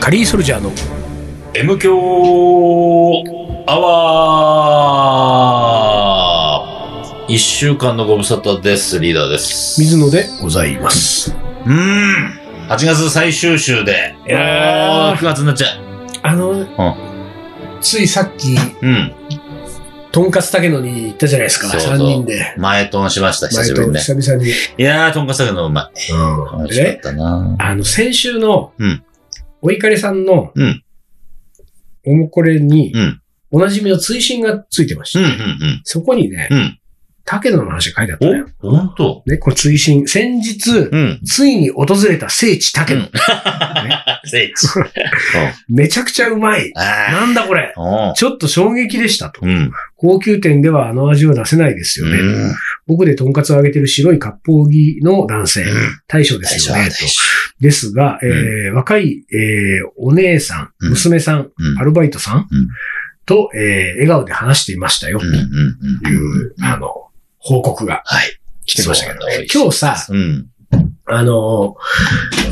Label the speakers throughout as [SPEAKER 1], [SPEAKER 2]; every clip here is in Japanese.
[SPEAKER 1] カリーソルジャーの
[SPEAKER 2] M 強アワー一週間のご無沙汰です。リーダーです。
[SPEAKER 1] 水野でございます。
[SPEAKER 2] うーん。8月最終週で。
[SPEAKER 1] いやー
[SPEAKER 2] 9月になっちゃう。
[SPEAKER 1] あの、ついさっき、
[SPEAKER 2] うん。
[SPEAKER 1] とんかつたけのに行ったじゃないですか、
[SPEAKER 2] そうそ
[SPEAKER 1] 3
[SPEAKER 2] う
[SPEAKER 1] 人で。
[SPEAKER 2] 前トンしました、久しぶりにね。
[SPEAKER 1] 前と久々に。
[SPEAKER 2] いやー、とんかつだけどうまい。楽しかっ
[SPEAKER 1] で、
[SPEAKER 2] たな
[SPEAKER 1] あの、先週の
[SPEAKER 2] うん、
[SPEAKER 1] お怒りさんの
[SPEAKER 2] うん、
[SPEAKER 1] おもこれに
[SPEAKER 2] う、ん。
[SPEAKER 1] おなじみの追伸がついてまし
[SPEAKER 2] う
[SPEAKER 1] た。
[SPEAKER 2] ん、うん、
[SPEAKER 1] そこにね
[SPEAKER 2] う、ん。
[SPEAKER 1] 竹野の話が書いてあったのよ。
[SPEAKER 2] うん。おほんと
[SPEAKER 1] ね、これ追伸。先日、
[SPEAKER 2] うん。
[SPEAKER 1] ついに訪れた聖地竹野。
[SPEAKER 2] うん聖地。
[SPEAKER 1] めちゃくちゃうまい。
[SPEAKER 2] あ
[SPEAKER 1] なんだこれ。
[SPEAKER 2] あ。おう
[SPEAKER 1] ちょっと衝撃でしたと。
[SPEAKER 2] うん。
[SPEAKER 1] 高級店ではあの味を出せないですよね。
[SPEAKER 2] うん
[SPEAKER 1] 僕でとんかつを揚げてる白い割烹着の男性、
[SPEAKER 2] うん
[SPEAKER 1] 大将ですよね。とですが、えー若い、えーお姉さ
[SPEAKER 2] うん
[SPEAKER 1] ん、娘さん、
[SPEAKER 2] うん
[SPEAKER 1] アルバイトさん、
[SPEAKER 2] うん
[SPEAKER 1] と、えー笑顔で話していましたよ、
[SPEAKER 2] うん、うん、
[SPEAKER 1] と
[SPEAKER 2] う
[SPEAKER 1] い
[SPEAKER 2] ん。
[SPEAKER 1] う、あの、報告が
[SPEAKER 2] はい。
[SPEAKER 1] 来てましたけど、
[SPEAKER 2] そう
[SPEAKER 1] 今日さ、
[SPEAKER 2] うん。
[SPEAKER 1] あの、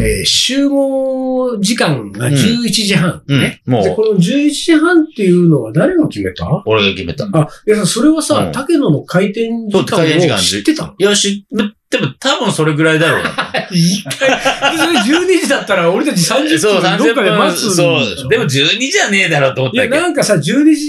[SPEAKER 1] えー集合時間が11時半、
[SPEAKER 2] うん
[SPEAKER 1] ね
[SPEAKER 2] うんもう
[SPEAKER 1] で、この11時半っていうのは誰が決めた
[SPEAKER 2] 俺が決めた。
[SPEAKER 1] あ、いや、それはさ、
[SPEAKER 2] うん
[SPEAKER 1] 竹野の開店時間
[SPEAKER 2] そう開店時間
[SPEAKER 1] を知ってたの
[SPEAKER 2] いや、し、でも多分それぐらいだろ うな。
[SPEAKER 1] 一回、それ12時だったら俺たち30
[SPEAKER 2] そ
[SPEAKER 1] 分
[SPEAKER 2] う、
[SPEAKER 1] どっ
[SPEAKER 2] 30
[SPEAKER 1] かで
[SPEAKER 2] 分。
[SPEAKER 1] 待つんでしょ
[SPEAKER 2] そう。でも12じゃねえだろうと思っ
[SPEAKER 1] い
[SPEAKER 2] た
[SPEAKER 1] や、
[SPEAKER 2] けど。
[SPEAKER 1] なんかさ、12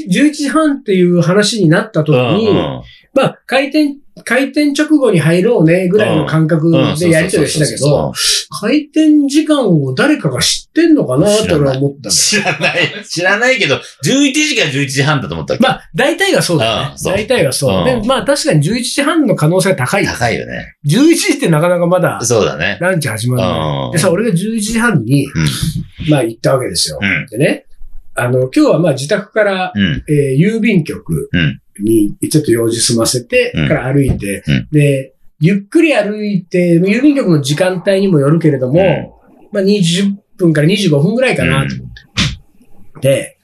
[SPEAKER 1] 時、11時半っていう話になった時に、
[SPEAKER 2] うん
[SPEAKER 1] まあ、開店、開店直後に入ろうね、ぐらいの感覚
[SPEAKER 2] うんうん
[SPEAKER 1] でやりとりはしてたけど、、開店時間を誰かが知ってんのかなって俺は思ったんだよ
[SPEAKER 2] 知らない。知らないけど、11時から11時半だと思ったわけ
[SPEAKER 1] まあ、大体がそうだ
[SPEAKER 2] う
[SPEAKER 1] ね
[SPEAKER 2] ん。そう
[SPEAKER 1] 大体がそう。
[SPEAKER 2] う
[SPEAKER 1] で
[SPEAKER 2] ん、
[SPEAKER 1] まあ確かに11時半の可能性は高い。
[SPEAKER 2] 高いよね。
[SPEAKER 1] 11時ってなかなかまだ
[SPEAKER 2] そうだね。
[SPEAKER 1] ランチ始まる
[SPEAKER 2] う
[SPEAKER 1] の
[SPEAKER 2] ん
[SPEAKER 1] よ。でさ、俺が11時半に、まあ行ったわけですよ。
[SPEAKER 2] うん。
[SPEAKER 1] でね、あの、今日はまあ自宅から、
[SPEAKER 2] うん。
[SPEAKER 1] えー郵便局
[SPEAKER 2] うん
[SPEAKER 1] にちょっと用事済ませて、
[SPEAKER 2] うん
[SPEAKER 1] から歩いて、
[SPEAKER 2] うん
[SPEAKER 1] で、ゆっくり歩いて、郵便局の時間帯にもよるけれども、まあ20分から25分ぐらいかなと思って、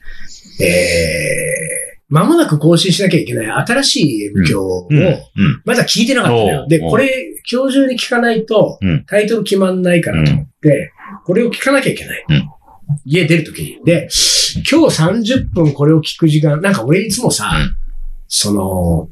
[SPEAKER 1] えー、間もなく更新しなきゃいけない新しい M 響を、
[SPEAKER 2] うん。うん。
[SPEAKER 1] まだ聞いてなかったの
[SPEAKER 2] お
[SPEAKER 1] よ
[SPEAKER 2] う。
[SPEAKER 1] で、
[SPEAKER 2] おう
[SPEAKER 1] これ、今日中に聞かないと
[SPEAKER 2] うん、
[SPEAKER 1] タイトル決まんないからと思って、これを聞かなきゃいけない。
[SPEAKER 2] うん
[SPEAKER 1] 家出るときに。で、今日30分これを聞く時間、なんか俺いつもさ、
[SPEAKER 2] うん
[SPEAKER 1] その、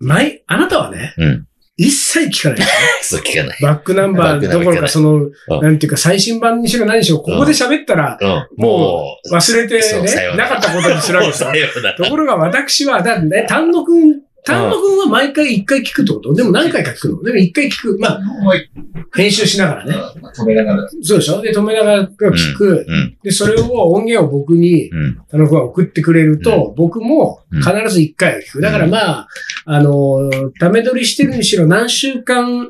[SPEAKER 1] ない、あなたはね、
[SPEAKER 2] うん。
[SPEAKER 1] 一切聞か ない。
[SPEAKER 2] そう聞かない。
[SPEAKER 1] バックナンバーどころか、その、
[SPEAKER 2] うん
[SPEAKER 1] なんていうか、最新版にしろ何にしろ、ここで喋ったら、
[SPEAKER 2] うん。もう、
[SPEAKER 1] 忘れて
[SPEAKER 2] そうさよ
[SPEAKER 1] ね、
[SPEAKER 2] うな
[SPEAKER 1] な
[SPEAKER 2] ら
[SPEAKER 1] かったことにするわけですよ
[SPEAKER 2] さようなら
[SPEAKER 1] ところが私は、だね、丹野くん、丹野くんは毎回一回聞くってことでも何回か聞くのでも一回聞く。まあ、編集しながらね。
[SPEAKER 3] 止めながら。
[SPEAKER 1] そうでしょで、止めながら聞く。
[SPEAKER 2] うん。
[SPEAKER 1] で、それを音源を僕に、
[SPEAKER 2] うん。
[SPEAKER 1] 田野くんが送ってくれると、僕も必ず一回は聞く。だからまあ、あのー、ダメ撮りしてるにしろ何週間、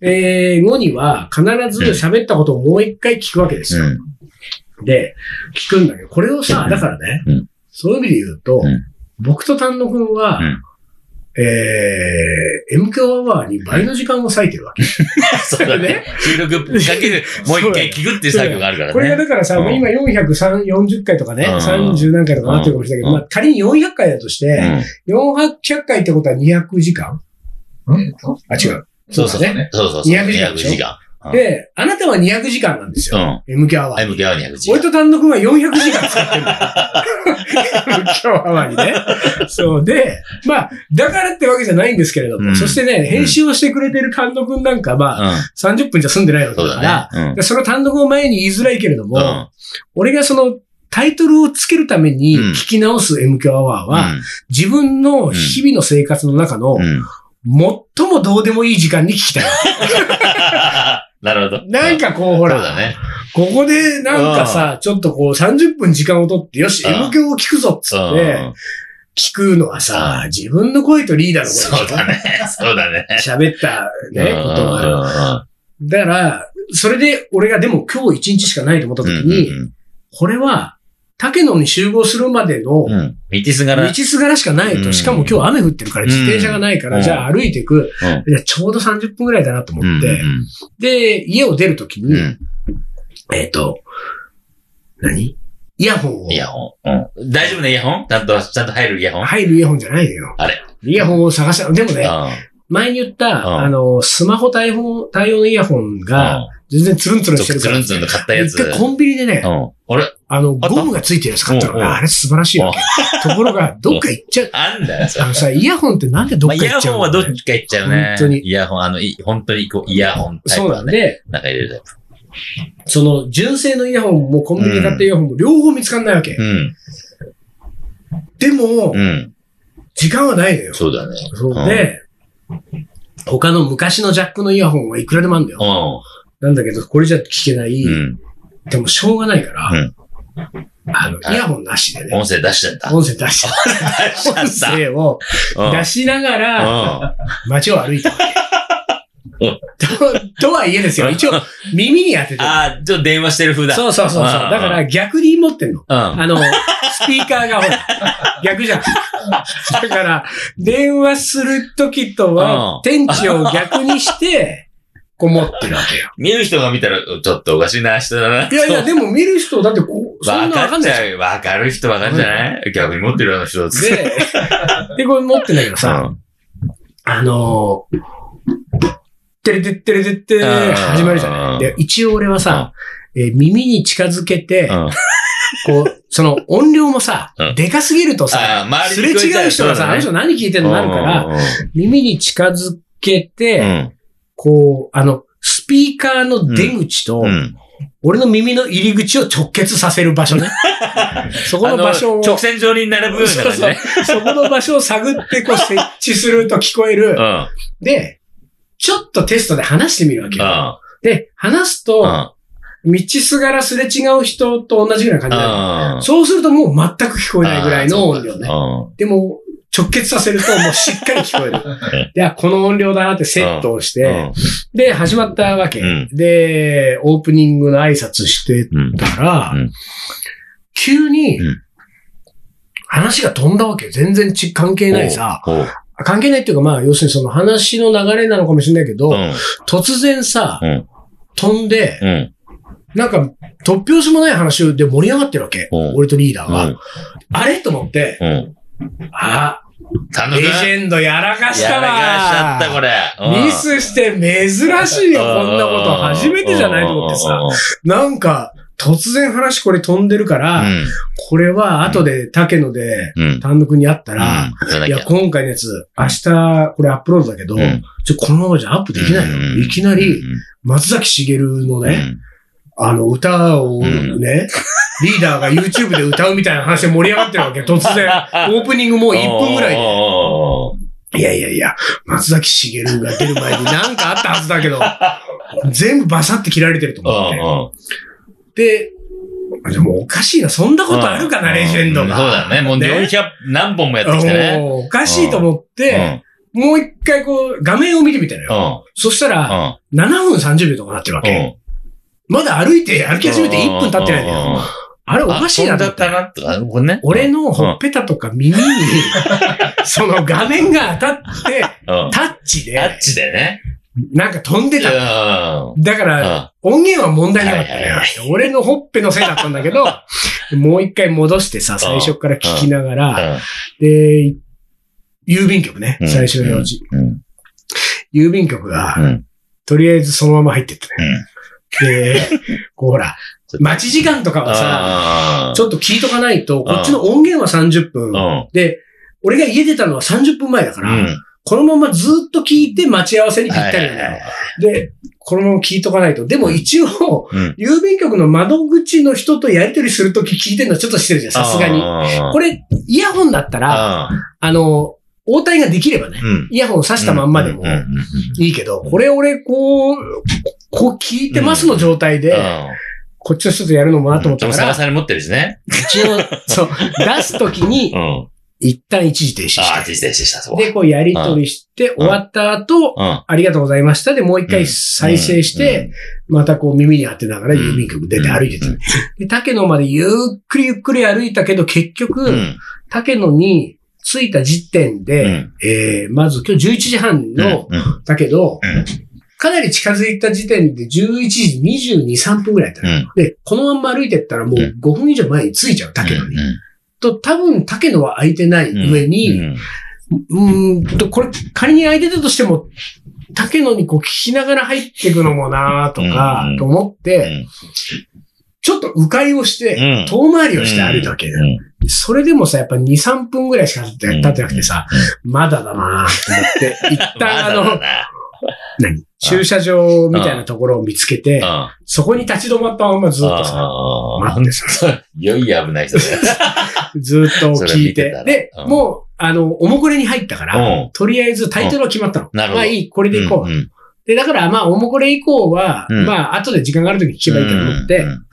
[SPEAKER 1] えー後には必ず喋ったことをもう一回聞くわけですよ。
[SPEAKER 2] うん。
[SPEAKER 1] で、聞くんだけど、これを
[SPEAKER 2] う
[SPEAKER 1] さ、
[SPEAKER 2] ん
[SPEAKER 1] だからね、
[SPEAKER 2] うん
[SPEAKER 1] そういう意味で言うと、
[SPEAKER 2] うん
[SPEAKER 1] 僕と丹野くんは、
[SPEAKER 2] うん
[SPEAKER 1] えー、M 強アワーに倍の時間を割いてるわけ。
[SPEAKER 2] そうだね。収録かける、もう一回聞くっていう作業があるからね。
[SPEAKER 1] これがだからさ、
[SPEAKER 2] うん
[SPEAKER 1] もう今440回とかね、
[SPEAKER 2] うん
[SPEAKER 1] 30何回とかなってるかもしれないけど、
[SPEAKER 2] うん
[SPEAKER 1] まあ仮に400回だとして、400回ってことは200時間あ、違う。
[SPEAKER 2] そうそう。
[SPEAKER 1] だ
[SPEAKER 2] ね。そうそうそう。
[SPEAKER 1] 200時間でしょ
[SPEAKER 2] 200時間。うん
[SPEAKER 1] で、あなたは200時間なんです
[SPEAKER 2] う
[SPEAKER 1] よ。
[SPEAKER 2] ん。
[SPEAKER 1] M 強アワー。
[SPEAKER 2] MK は200時
[SPEAKER 1] 俺
[SPEAKER 2] 間。
[SPEAKER 1] と丹野くんは400時間使ってるんだよ。 今日はまりね。そうで、まあ、だからってわけじゃないんですけれども、
[SPEAKER 2] うん
[SPEAKER 1] そしてね、編集をしてくれてる丹野くんなんか、まあ、
[SPEAKER 2] う
[SPEAKER 1] 30分じゃ済んでないわ
[SPEAKER 2] ん。
[SPEAKER 1] け
[SPEAKER 2] そう
[SPEAKER 1] だから、
[SPEAKER 2] だね。
[SPEAKER 1] でその単独を前に言いづらいけれども、
[SPEAKER 2] うん。うん
[SPEAKER 1] 俺がそのタイトルをつけるために
[SPEAKER 2] うん
[SPEAKER 1] 聞き直す M 響アワーは、自分の日々の生活の中の、
[SPEAKER 2] うん。
[SPEAKER 1] 最もどうでもいい時間に聞きたい。
[SPEAKER 2] なるほど。
[SPEAKER 1] なんかこう、ほ
[SPEAKER 2] うん、
[SPEAKER 1] ら、
[SPEAKER 2] そうだね。
[SPEAKER 1] ここでなんかさ、ちょっとこう30分時間を取って、よし、
[SPEAKER 2] うん
[SPEAKER 1] M 響を聞くぞっつ
[SPEAKER 2] そ
[SPEAKER 1] っ
[SPEAKER 2] う
[SPEAKER 1] て、聞くのはさ、自分の声とリーダーの声
[SPEAKER 2] そうだね。そうだね。
[SPEAKER 1] 喋ったね、
[SPEAKER 2] うん
[SPEAKER 1] ことがある。だから、それで俺がでも今日一日しかないと思った
[SPEAKER 2] うん
[SPEAKER 1] 時
[SPEAKER 2] うん
[SPEAKER 1] に、これは、竹野に集合するまでの
[SPEAKER 2] うんうん。道すがら。
[SPEAKER 1] 道すがらしかないと、
[SPEAKER 2] うん
[SPEAKER 1] しかも今日雨降ってるから自転車がないから、
[SPEAKER 2] うん
[SPEAKER 1] じゃあ歩いていく、
[SPEAKER 2] うん
[SPEAKER 1] いやちょうど30分ぐらいだなと思
[SPEAKER 2] うん
[SPEAKER 1] って、で、家を出るときに、
[SPEAKER 2] うんうん
[SPEAKER 1] えっ、と、何イヤホンを
[SPEAKER 2] イ、ヤホン。うん大丈夫ね、イヤホンちゃんと、ちゃんと入るイヤホン。
[SPEAKER 1] 入るイヤホンじゃないのよ。
[SPEAKER 2] あれ
[SPEAKER 1] イヤホンを探した。でもね、
[SPEAKER 2] う
[SPEAKER 1] 前に言った、
[SPEAKER 2] ん
[SPEAKER 1] あの、スマホ対応対応のイヤホン
[SPEAKER 2] ん
[SPEAKER 1] が、全然ツルンツルンしてる
[SPEAKER 2] つ
[SPEAKER 1] か
[SPEAKER 2] る
[SPEAKER 1] ら。
[SPEAKER 2] んつるんと買ったや
[SPEAKER 1] 一
[SPEAKER 2] つ。
[SPEAKER 1] 回コンビニでね、
[SPEAKER 2] うん。あれ
[SPEAKER 1] あの、
[SPEAKER 2] あった
[SPEAKER 1] ゴムがついてるやつ買ったの
[SPEAKER 2] うんうん
[SPEAKER 1] が、あれ素晴らしいわけ。ところ が、どっか行っちゃう。
[SPEAKER 2] あんだよ、それ
[SPEAKER 1] あのさ、イヤホンってなんでどっ
[SPEAKER 2] まあ、
[SPEAKER 1] か
[SPEAKER 2] イ
[SPEAKER 1] 行
[SPEAKER 2] ヤ
[SPEAKER 1] っちゃ
[SPEAKER 2] ホン
[SPEAKER 1] う
[SPEAKER 2] は
[SPEAKER 1] の
[SPEAKER 2] どっちか行っちゃうね。
[SPEAKER 1] 本当に
[SPEAKER 2] イヤホン、あの、い本当にこう、イヤホンタイ
[SPEAKER 1] そ
[SPEAKER 2] プ
[SPEAKER 1] う
[SPEAKER 2] だ
[SPEAKER 1] なん
[SPEAKER 2] ね。
[SPEAKER 1] で、
[SPEAKER 2] 中入れるタ
[SPEAKER 1] その、純正のイヤホンもコンビニで買ったイヤホンも両方見つかんないわけ
[SPEAKER 2] イプ。。うん。
[SPEAKER 1] でも
[SPEAKER 2] う、ん。
[SPEAKER 1] 時間はないのよ。
[SPEAKER 2] そうだね。
[SPEAKER 1] そうで、他の昔のジャックのイヤホンはいくらでもあるんだよ。
[SPEAKER 2] う
[SPEAKER 1] なんだけど、これじゃ聞けない。
[SPEAKER 2] ん。うん。
[SPEAKER 1] でも、しょうがないから、
[SPEAKER 2] うん
[SPEAKER 1] あの、イヤホンなしでね、
[SPEAKER 2] 音声出しちゃった。
[SPEAKER 1] 音声出し
[SPEAKER 2] 出しちゃ
[SPEAKER 1] 音
[SPEAKER 2] った。
[SPEAKER 1] 声を出しながら、
[SPEAKER 2] う
[SPEAKER 1] 街を歩いたわけ
[SPEAKER 2] う
[SPEAKER 1] ととはいえですよ。一応、耳に当て
[SPEAKER 2] ん。
[SPEAKER 1] てる。
[SPEAKER 2] ああ、ちょっと電話してる風だ。
[SPEAKER 1] そうそうそうそう。だ
[SPEAKER 2] うん
[SPEAKER 1] から逆に持ってんの。
[SPEAKER 2] うん。
[SPEAKER 1] あの、スピーカーがほら、 逆じゃん。だから、電話するときと
[SPEAKER 2] うん
[SPEAKER 1] は、天地を逆にして、こう持ってるわけよ。
[SPEAKER 2] 見る人が見たら、ちょっとおかしいな人だな。
[SPEAKER 1] いやいや、でも見る人、だってこう、そ
[SPEAKER 2] わ
[SPEAKER 1] んなわ
[SPEAKER 2] か
[SPEAKER 1] か
[SPEAKER 2] っ
[SPEAKER 1] ん
[SPEAKER 2] ち
[SPEAKER 1] ないじゃん
[SPEAKER 2] ゃう。わかる人わかんじゃない逆に持ってるような人だって。
[SPEAKER 1] で、で、これ持ってんだけどさ、あのー、てれてってれてって
[SPEAKER 2] うん
[SPEAKER 1] 始まるじゃない。で、一応俺はさ、えー耳に近づけて、
[SPEAKER 2] うん。うん。
[SPEAKER 1] こう、その音量もさ
[SPEAKER 2] うん、
[SPEAKER 1] でかすぎると
[SPEAKER 2] あ
[SPEAKER 1] さ
[SPEAKER 2] ー、
[SPEAKER 1] す
[SPEAKER 2] 周り
[SPEAKER 1] れ
[SPEAKER 2] に聞こえちゃう
[SPEAKER 1] 違う人が
[SPEAKER 2] そうだ
[SPEAKER 1] さ、
[SPEAKER 2] ね
[SPEAKER 1] あの人何聞いてんのなるから、
[SPEAKER 2] う
[SPEAKER 1] 耳に近づけ
[SPEAKER 2] ん。う
[SPEAKER 1] て、
[SPEAKER 2] ん
[SPEAKER 1] こう、あの、スピーカーの出口と
[SPEAKER 2] う、ん。
[SPEAKER 1] 俺の耳の入り口を直結させる場所 ね。そこの場所
[SPEAKER 2] あ
[SPEAKER 1] を。
[SPEAKER 2] の直線上に並ぶような
[SPEAKER 1] そう
[SPEAKER 2] 感じ
[SPEAKER 1] そう
[SPEAKER 2] ね。。
[SPEAKER 1] そこの場所を探ってこう設置すると聞こえ
[SPEAKER 2] う
[SPEAKER 1] る
[SPEAKER 2] ん。。うん。
[SPEAKER 1] で、ちょっとテストで話してみるわけよ。
[SPEAKER 2] う
[SPEAKER 1] で、話す
[SPEAKER 2] ん。
[SPEAKER 1] と、道すがらすれ違う人と同じぐらいの感じだよ
[SPEAKER 2] うん。
[SPEAKER 1] そうするともう全く聞こえないぐらいの音量
[SPEAKER 2] う
[SPEAKER 1] ね。
[SPEAKER 2] ん。
[SPEAKER 1] でも、直結させるともうしっかり聞こ える。で、あこの音量だなってセットをして、で、始まったわけ
[SPEAKER 2] うん。
[SPEAKER 1] で、オープニングの挨拶して
[SPEAKER 2] うん。うん。
[SPEAKER 1] たら
[SPEAKER 2] うん、
[SPEAKER 1] 急に
[SPEAKER 2] うん、
[SPEAKER 1] 話が飛んだわけよ。全然ち関係ないさ。
[SPEAKER 2] おう。
[SPEAKER 1] 関係ないっていうか、まあ、要するにその話の流れなのかもしれないけど、
[SPEAKER 2] おううん。
[SPEAKER 1] 突然さ、
[SPEAKER 2] うん
[SPEAKER 1] 飛んで、
[SPEAKER 2] うん。
[SPEAKER 1] なんか、突拍子もない話で盛り上がってるわけ。
[SPEAKER 2] うん
[SPEAKER 1] 俺とリーダー
[SPEAKER 2] う
[SPEAKER 1] は。
[SPEAKER 2] ん。
[SPEAKER 1] あれと思って、
[SPEAKER 2] うん。
[SPEAKER 1] あ、
[SPEAKER 2] 単独
[SPEAKER 1] レジェンドやらかした
[SPEAKER 2] や
[SPEAKER 1] わ
[SPEAKER 2] らかしちゃった、これ。うん
[SPEAKER 1] ミスして珍しいよ、こんなこと。初めてじゃないと思ってさ。。なんか、突然話これ飛んでるか
[SPEAKER 2] う
[SPEAKER 1] ら、
[SPEAKER 2] ん。
[SPEAKER 1] これは後で竹野で
[SPEAKER 2] うん。
[SPEAKER 1] 単独にあったら、
[SPEAKER 2] うん。
[SPEAKER 1] いや、今回のやつ、明日、これアップロードだけど、
[SPEAKER 2] うん
[SPEAKER 1] ちょ、このままじゃアップできないよ。
[SPEAKER 2] うん
[SPEAKER 1] いきなり、松崎しげるの
[SPEAKER 2] う
[SPEAKER 1] ね、
[SPEAKER 2] ん。
[SPEAKER 1] あの、歌をね、
[SPEAKER 2] うん
[SPEAKER 1] リーダーが YouTube で歌うみたいな話で盛り上がってるわけ、突 然。オープニングもう1分ぐらいで。
[SPEAKER 2] い。
[SPEAKER 1] いやいやいや、松崎しげるが出る前になんかあったはずだけど、全部バサって切られてると思っ
[SPEAKER 2] うん。
[SPEAKER 1] て。で、でもおかしいな、そんなことあるかな、
[SPEAKER 2] うん
[SPEAKER 1] レジェンドが。
[SPEAKER 2] そうだね。もう
[SPEAKER 1] ね
[SPEAKER 2] 400何本もやってきてね。
[SPEAKER 1] おーおかしいと思って、もう一回こう、画面を見てみたの
[SPEAKER 2] うん。
[SPEAKER 1] よ。
[SPEAKER 2] うん。
[SPEAKER 1] そしたら、
[SPEAKER 2] う
[SPEAKER 1] 7分30秒とかなってるわ
[SPEAKER 2] ん。
[SPEAKER 1] け。
[SPEAKER 2] うん
[SPEAKER 1] まだ歩いて、歩き始めて1分経ってないんだ
[SPEAKER 2] うんうんうん
[SPEAKER 1] よ。あれおかしいな
[SPEAKER 2] あ
[SPEAKER 1] と
[SPEAKER 2] 飛
[SPEAKER 1] 思
[SPEAKER 2] ん
[SPEAKER 1] っ
[SPEAKER 2] じ
[SPEAKER 1] て
[SPEAKER 2] ゃったな、とか、これね。
[SPEAKER 1] 俺のほっぺたとか耳に、その画面が当たって、
[SPEAKER 2] うん。
[SPEAKER 1] タッチ
[SPEAKER 2] タ
[SPEAKER 1] で
[SPEAKER 2] ッ、チでね。
[SPEAKER 1] なんか飛んで
[SPEAKER 2] うん。
[SPEAKER 1] た。
[SPEAKER 2] うん
[SPEAKER 1] だから、音源は問題なかった
[SPEAKER 2] はいはい
[SPEAKER 1] ね。俺のほっぺのせいだったんだけど、 もう一回戻してさ、最初から聞きながら、で、郵便局ね
[SPEAKER 2] う、ん
[SPEAKER 1] 最初の用事。
[SPEAKER 2] うん。
[SPEAKER 1] 郵便局
[SPEAKER 2] う
[SPEAKER 1] が、
[SPEAKER 2] ん。
[SPEAKER 1] とりあえずそのまま入ってった
[SPEAKER 2] う
[SPEAKER 1] ね。
[SPEAKER 2] ん。
[SPEAKER 1] で、こうほら、待ち時間とかはさ、
[SPEAKER 2] あ
[SPEAKER 1] ちょっと聞いとかないと、こっちの音源は30分
[SPEAKER 2] う。ん。
[SPEAKER 1] で、俺が家出たのは30分前だか
[SPEAKER 2] う
[SPEAKER 1] ら、
[SPEAKER 2] ん。
[SPEAKER 1] このままずっと聞いて待ち合わせにぴったりなんだよ。で、このまま聞いとかないと。でも一応、
[SPEAKER 2] うん。
[SPEAKER 1] 郵便局の窓口の人とやりとりするとき聞いてるのはちょっとしてるじゃん、さすがに。こ
[SPEAKER 2] これ、
[SPEAKER 1] れ、イヤホンだったら、あの、応対ができればね、
[SPEAKER 2] うん。
[SPEAKER 1] イヤホン挿したまんまでもいいけど、これ俺こう、こう聞いてますの状態で、こっちの人とやるのもなと思った
[SPEAKER 2] でも、
[SPEAKER 1] か
[SPEAKER 2] さ
[SPEAKER 1] ら、
[SPEAKER 2] に持ってるしね。
[SPEAKER 1] 一応、そう、出すときに
[SPEAKER 2] う、ん。
[SPEAKER 1] 一旦一時停止
[SPEAKER 2] ああ、
[SPEAKER 1] して、
[SPEAKER 2] 停止停止した、そこ。
[SPEAKER 1] で、こうやりとりして、終わった後、
[SPEAKER 2] うん。
[SPEAKER 1] ありがとうございましたで、もう一回再生して、、またこう耳に当てながら郵便局出て歩いてた。
[SPEAKER 2] うん
[SPEAKER 1] で、竹野までゆっくりゆっくり歩いたけど、結
[SPEAKER 2] う
[SPEAKER 1] 局、
[SPEAKER 2] ん。
[SPEAKER 1] 竹野に着いた時点で、えー、まず今日11時半の、
[SPEAKER 2] うん。
[SPEAKER 1] だけど
[SPEAKER 2] うん、
[SPEAKER 1] かなり近づいた時点で11時22、3分ぐらいだった。
[SPEAKER 2] うん。
[SPEAKER 1] で、このまんま歩いてったらもう
[SPEAKER 2] う
[SPEAKER 1] 5分以上前に着いちゃう、竹野に。と、多分竹野は空いてない上に、うーんと、これ仮に空いてたとしても、竹野にこう聞きながら入っていくのもなと
[SPEAKER 2] う
[SPEAKER 1] か
[SPEAKER 2] んうん、
[SPEAKER 1] と思っ
[SPEAKER 2] う
[SPEAKER 1] て、
[SPEAKER 2] ん
[SPEAKER 1] ちょっと迂回をして、
[SPEAKER 2] うん
[SPEAKER 1] 遠回りをして歩いたわけだよ。
[SPEAKER 2] うん
[SPEAKER 1] それでもさ、やっぱ2、3分ぐらいしか経って経ってなくてさ、まだだなと思 って、一旦あ
[SPEAKER 2] まだ
[SPEAKER 1] の、
[SPEAKER 2] だ
[SPEAKER 1] 何駐車場みたいなところを見つけて、
[SPEAKER 2] なうん
[SPEAKER 1] そこに立ち止まったままずっとさ、
[SPEAKER 2] あ
[SPEAKER 1] 待ってさ、
[SPEAKER 2] ー いよいよ危ない人だよ。
[SPEAKER 1] ずっと聞い
[SPEAKER 2] それ見
[SPEAKER 1] て
[SPEAKER 2] てたら。
[SPEAKER 1] で、
[SPEAKER 2] うん
[SPEAKER 1] もう、あの、おもこれに入ったから、
[SPEAKER 2] うん
[SPEAKER 1] とりあえずタイトルは決まったの。
[SPEAKER 2] んなるほど
[SPEAKER 1] まあいい、これでいこう。
[SPEAKER 2] うんうん
[SPEAKER 1] で、だからまあ、おもこれ以降は、
[SPEAKER 2] うん
[SPEAKER 1] まあ、後で時間がある時に聞けばいいと思って、
[SPEAKER 2] うんうん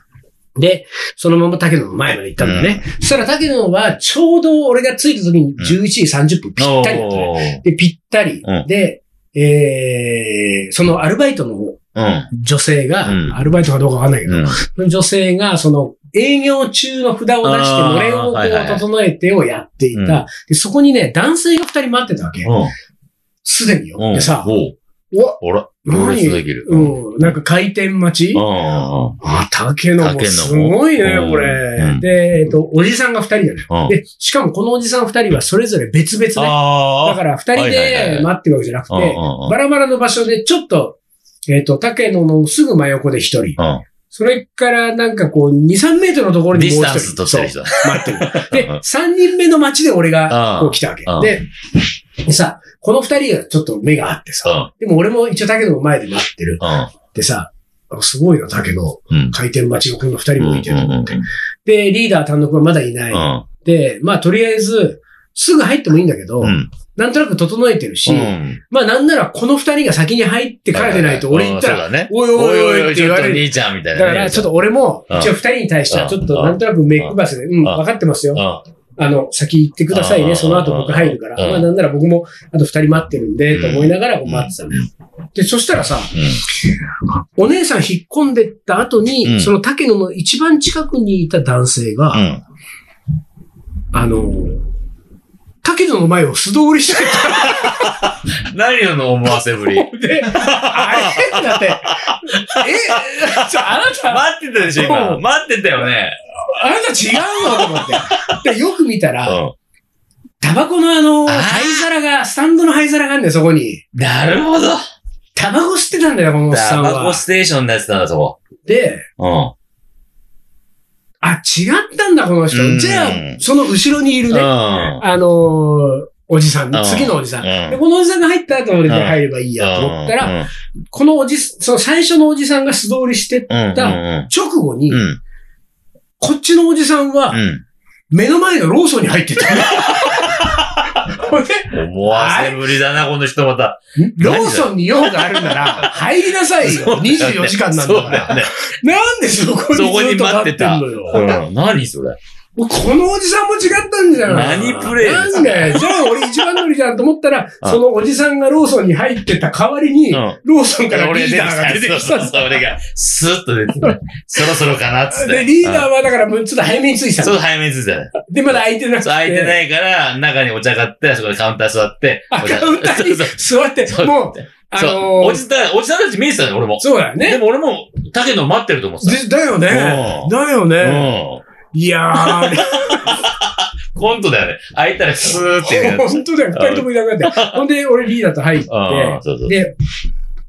[SPEAKER 1] で、そのまま竹野の前まで行ったんだよね。そしたら竹野は、ちょうど俺が着いた時に11時30分ぴったりだったね。
[SPEAKER 2] おー
[SPEAKER 1] で、ぴったり
[SPEAKER 2] う。ん
[SPEAKER 1] で、えー、そのアルバイトの
[SPEAKER 2] うん
[SPEAKER 1] 女性が、
[SPEAKER 2] うん
[SPEAKER 1] アルバイトかどうかわかんないけど、
[SPEAKER 2] うん
[SPEAKER 1] その女性が、その、営業中の札を出して、
[SPEAKER 2] あー
[SPEAKER 1] のれんをこ
[SPEAKER 2] はいはいはいう
[SPEAKER 1] 整えてをやってい
[SPEAKER 2] うん
[SPEAKER 1] た。で、そこにね、男性が二人待ってたわけ。すでによ。
[SPEAKER 2] うん。
[SPEAKER 1] でさ、
[SPEAKER 2] おう
[SPEAKER 1] うわ、
[SPEAKER 2] ほら、
[SPEAKER 1] 何
[SPEAKER 2] 行列できる。
[SPEAKER 1] うん、なんか回転待ち
[SPEAKER 2] うんうん
[SPEAKER 1] あ、竹野も
[SPEAKER 2] 竹野も
[SPEAKER 1] すごいね、
[SPEAKER 2] うん
[SPEAKER 1] こ
[SPEAKER 2] う
[SPEAKER 1] れ。
[SPEAKER 2] ん
[SPEAKER 1] で、えっと、おじさんが二人だね。
[SPEAKER 2] うん。うん
[SPEAKER 1] で、しかもこのおじさん二人はそれぞれ別々ね。だ
[SPEAKER 2] あ
[SPEAKER 1] から二人
[SPEAKER 2] はいはいはい
[SPEAKER 1] で
[SPEAKER 2] はい
[SPEAKER 1] 待ってるわけじゃなく
[SPEAKER 2] あ。うんうん
[SPEAKER 1] て、バラバラの場所でちょっと、えっと、竹野のすぐ真横で一人。
[SPEAKER 2] うん
[SPEAKER 1] それからなんかこう、2、3メートルのとこ
[SPEAKER 2] う
[SPEAKER 1] ろ
[SPEAKER 2] ん。デ
[SPEAKER 1] に
[SPEAKER 2] ィ
[SPEAKER 1] もう
[SPEAKER 2] ス
[SPEAKER 1] 一
[SPEAKER 2] タン
[SPEAKER 1] 人。
[SPEAKER 2] ス取って
[SPEAKER 1] そ
[SPEAKER 2] る
[SPEAKER 1] う
[SPEAKER 2] 人。
[SPEAKER 1] 待ってる。で
[SPEAKER 2] うん、
[SPEAKER 1] 3人目の街で俺が、
[SPEAKER 2] う
[SPEAKER 1] こ
[SPEAKER 2] ん
[SPEAKER 1] う来たわけ
[SPEAKER 2] う。ん
[SPEAKER 1] で、でさ、この二人がちょっと目が合ってさ、でも俺も一応竹野の前で待ってる。
[SPEAKER 2] う
[SPEAKER 1] でさ、あすごいな、竹野。
[SPEAKER 2] ん。うん。
[SPEAKER 1] 回転待ちがこの二人もいてると思って
[SPEAKER 2] うんうん。
[SPEAKER 1] で、リーダー単独はまだいない。で、まあとりあえず、すぐ入ってもいいんだけど
[SPEAKER 2] う、ん。
[SPEAKER 1] なんとなく整えてるし、
[SPEAKER 2] うん。
[SPEAKER 1] まあなんならこの二人が先に入ってからでないと、俺行ったら、
[SPEAKER 2] ら、そうだね
[SPEAKER 1] おい
[SPEAKER 2] お
[SPEAKER 1] おいお
[SPEAKER 2] い
[SPEAKER 1] い
[SPEAKER 2] お
[SPEAKER 1] っ
[SPEAKER 2] い、
[SPEAKER 1] て
[SPEAKER 2] ち
[SPEAKER 1] 言
[SPEAKER 2] ょっ
[SPEAKER 1] わ
[SPEAKER 2] と
[SPEAKER 1] れる。
[SPEAKER 2] 兄ちゃんみたい
[SPEAKER 1] だ
[SPEAKER 2] な
[SPEAKER 1] か
[SPEAKER 2] ね。
[SPEAKER 1] ら、ちょっと俺も、
[SPEAKER 2] うん
[SPEAKER 1] 一応二人に対しては、
[SPEAKER 2] うん
[SPEAKER 1] ちょっとなんとなく目配せで、うん、
[SPEAKER 2] ん
[SPEAKER 1] 分かってますよ。
[SPEAKER 2] う
[SPEAKER 1] あの、先行ってください
[SPEAKER 2] うん
[SPEAKER 1] ね。その後僕入るから。
[SPEAKER 2] うん
[SPEAKER 1] まあなんなら僕も、あと二人待ってるんで、
[SPEAKER 2] うん
[SPEAKER 1] と思いながらこう待ってたのよで、そしたらさ、
[SPEAKER 2] ん。うん。
[SPEAKER 1] お姉さん引っ込んでった後に、
[SPEAKER 2] うん
[SPEAKER 1] その竹野の一番近くにいた男性が、
[SPEAKER 2] うん。
[SPEAKER 1] あの、竹野の前を素通りして
[SPEAKER 2] 何よの思わせ ぶり。
[SPEAKER 1] たんで、あれだって、え、ちょあなた、
[SPEAKER 2] 待ってたでしょ、
[SPEAKER 1] う
[SPEAKER 2] 今。
[SPEAKER 1] ん
[SPEAKER 2] 待ってたよね。
[SPEAKER 1] あなた違うのと思って。で、よく見た
[SPEAKER 2] う
[SPEAKER 1] ら、
[SPEAKER 2] ん。
[SPEAKER 1] タバコのあの、
[SPEAKER 2] あー
[SPEAKER 1] 灰皿が、スタンドの灰皿があるんだよ、そこに。
[SPEAKER 2] なるほど。
[SPEAKER 1] タバコ吸ってたんだよ、このおっさ
[SPEAKER 2] タ
[SPEAKER 1] ん
[SPEAKER 2] バコ
[SPEAKER 1] は。
[SPEAKER 2] ステーションのやつなんだ、そこ。
[SPEAKER 1] で、
[SPEAKER 2] うん。
[SPEAKER 1] あ、違ったんだ、この人
[SPEAKER 2] う。ん
[SPEAKER 1] じゃあ、その後ろにいる
[SPEAKER 2] う
[SPEAKER 1] ね、
[SPEAKER 2] ん。
[SPEAKER 1] あのーおじさん
[SPEAKER 2] うん、
[SPEAKER 1] 次のおじさん。
[SPEAKER 2] うん
[SPEAKER 1] で、このおじさんが入った後、俺で入ればいいやと思ったら、
[SPEAKER 2] ら、
[SPEAKER 1] このおじ、その最初のおじさんが素通りして、
[SPEAKER 2] うん。
[SPEAKER 1] た
[SPEAKER 2] うん
[SPEAKER 1] 直後に
[SPEAKER 2] う、ん。
[SPEAKER 1] こっちのおじさんは、
[SPEAKER 2] うん。
[SPEAKER 1] 目の前のローソンに入 ってた。ほんで
[SPEAKER 2] 思わせぶりだな、この人また。
[SPEAKER 1] ローソンに用があるなら、入りなさ いよ。24時間なんだ
[SPEAKER 2] そう
[SPEAKER 1] か
[SPEAKER 2] だよ
[SPEAKER 1] ら。
[SPEAKER 2] ね。
[SPEAKER 1] なんでそこにず
[SPEAKER 2] そこに
[SPEAKER 1] っと
[SPEAKER 2] 待
[SPEAKER 1] 待って
[SPEAKER 2] っ
[SPEAKER 1] て
[SPEAKER 2] た。
[SPEAKER 1] んのよ。
[SPEAKER 2] うん。何それ。
[SPEAKER 1] このおじさんも違ったんじゃない
[SPEAKER 2] 何プレイです
[SPEAKER 1] なんだよ。じゃあ俺一番乗りじゃんと思った ら、そのおじさんがローソンに入ってた代わりに、
[SPEAKER 2] うん。
[SPEAKER 1] ローソンから
[SPEAKER 2] 俺
[SPEAKER 1] リー
[SPEAKER 2] 出て
[SPEAKER 1] ダ
[SPEAKER 2] き
[SPEAKER 1] ーが
[SPEAKER 2] た。
[SPEAKER 1] 出て
[SPEAKER 2] そう
[SPEAKER 1] き
[SPEAKER 2] そ
[SPEAKER 1] た
[SPEAKER 2] うそう、俺が、スーッと出てきた。そろそろかな、つっ
[SPEAKER 1] で、
[SPEAKER 2] て。
[SPEAKER 1] リーダ
[SPEAKER 2] ー
[SPEAKER 1] ーはだから、ちょっと早めに着いた
[SPEAKER 2] そう、
[SPEAKER 1] の。
[SPEAKER 2] 早めについてたね。
[SPEAKER 1] で、まだ空いてなく
[SPEAKER 2] そ
[SPEAKER 1] て。
[SPEAKER 2] う、空いてないから、中にお茶買って、そこでカウンター座って。
[SPEAKER 1] あ。
[SPEAKER 2] お茶
[SPEAKER 1] カウンターに
[SPEAKER 2] そう
[SPEAKER 1] 座って
[SPEAKER 2] そ、う
[SPEAKER 1] もう、あ
[SPEAKER 2] そ
[SPEAKER 1] のー
[SPEAKER 2] うおじさん、おじさんたち見えてたよ、俺も。
[SPEAKER 1] そうだよ
[SPEAKER 2] で
[SPEAKER 1] ね。
[SPEAKER 2] も俺も、竹野待ってると思って
[SPEAKER 1] でだよね。
[SPEAKER 2] た。
[SPEAKER 1] だよ
[SPEAKER 2] う
[SPEAKER 1] ね。
[SPEAKER 2] ん。うん。
[SPEAKER 1] いやー、
[SPEAKER 2] コントだよね。開いたらスーって やつ。
[SPEAKER 1] 本当だよ。二人ともいなくなって。ほんで、俺リーダーと入っ
[SPEAKER 2] うん。そうそう
[SPEAKER 1] て、。で、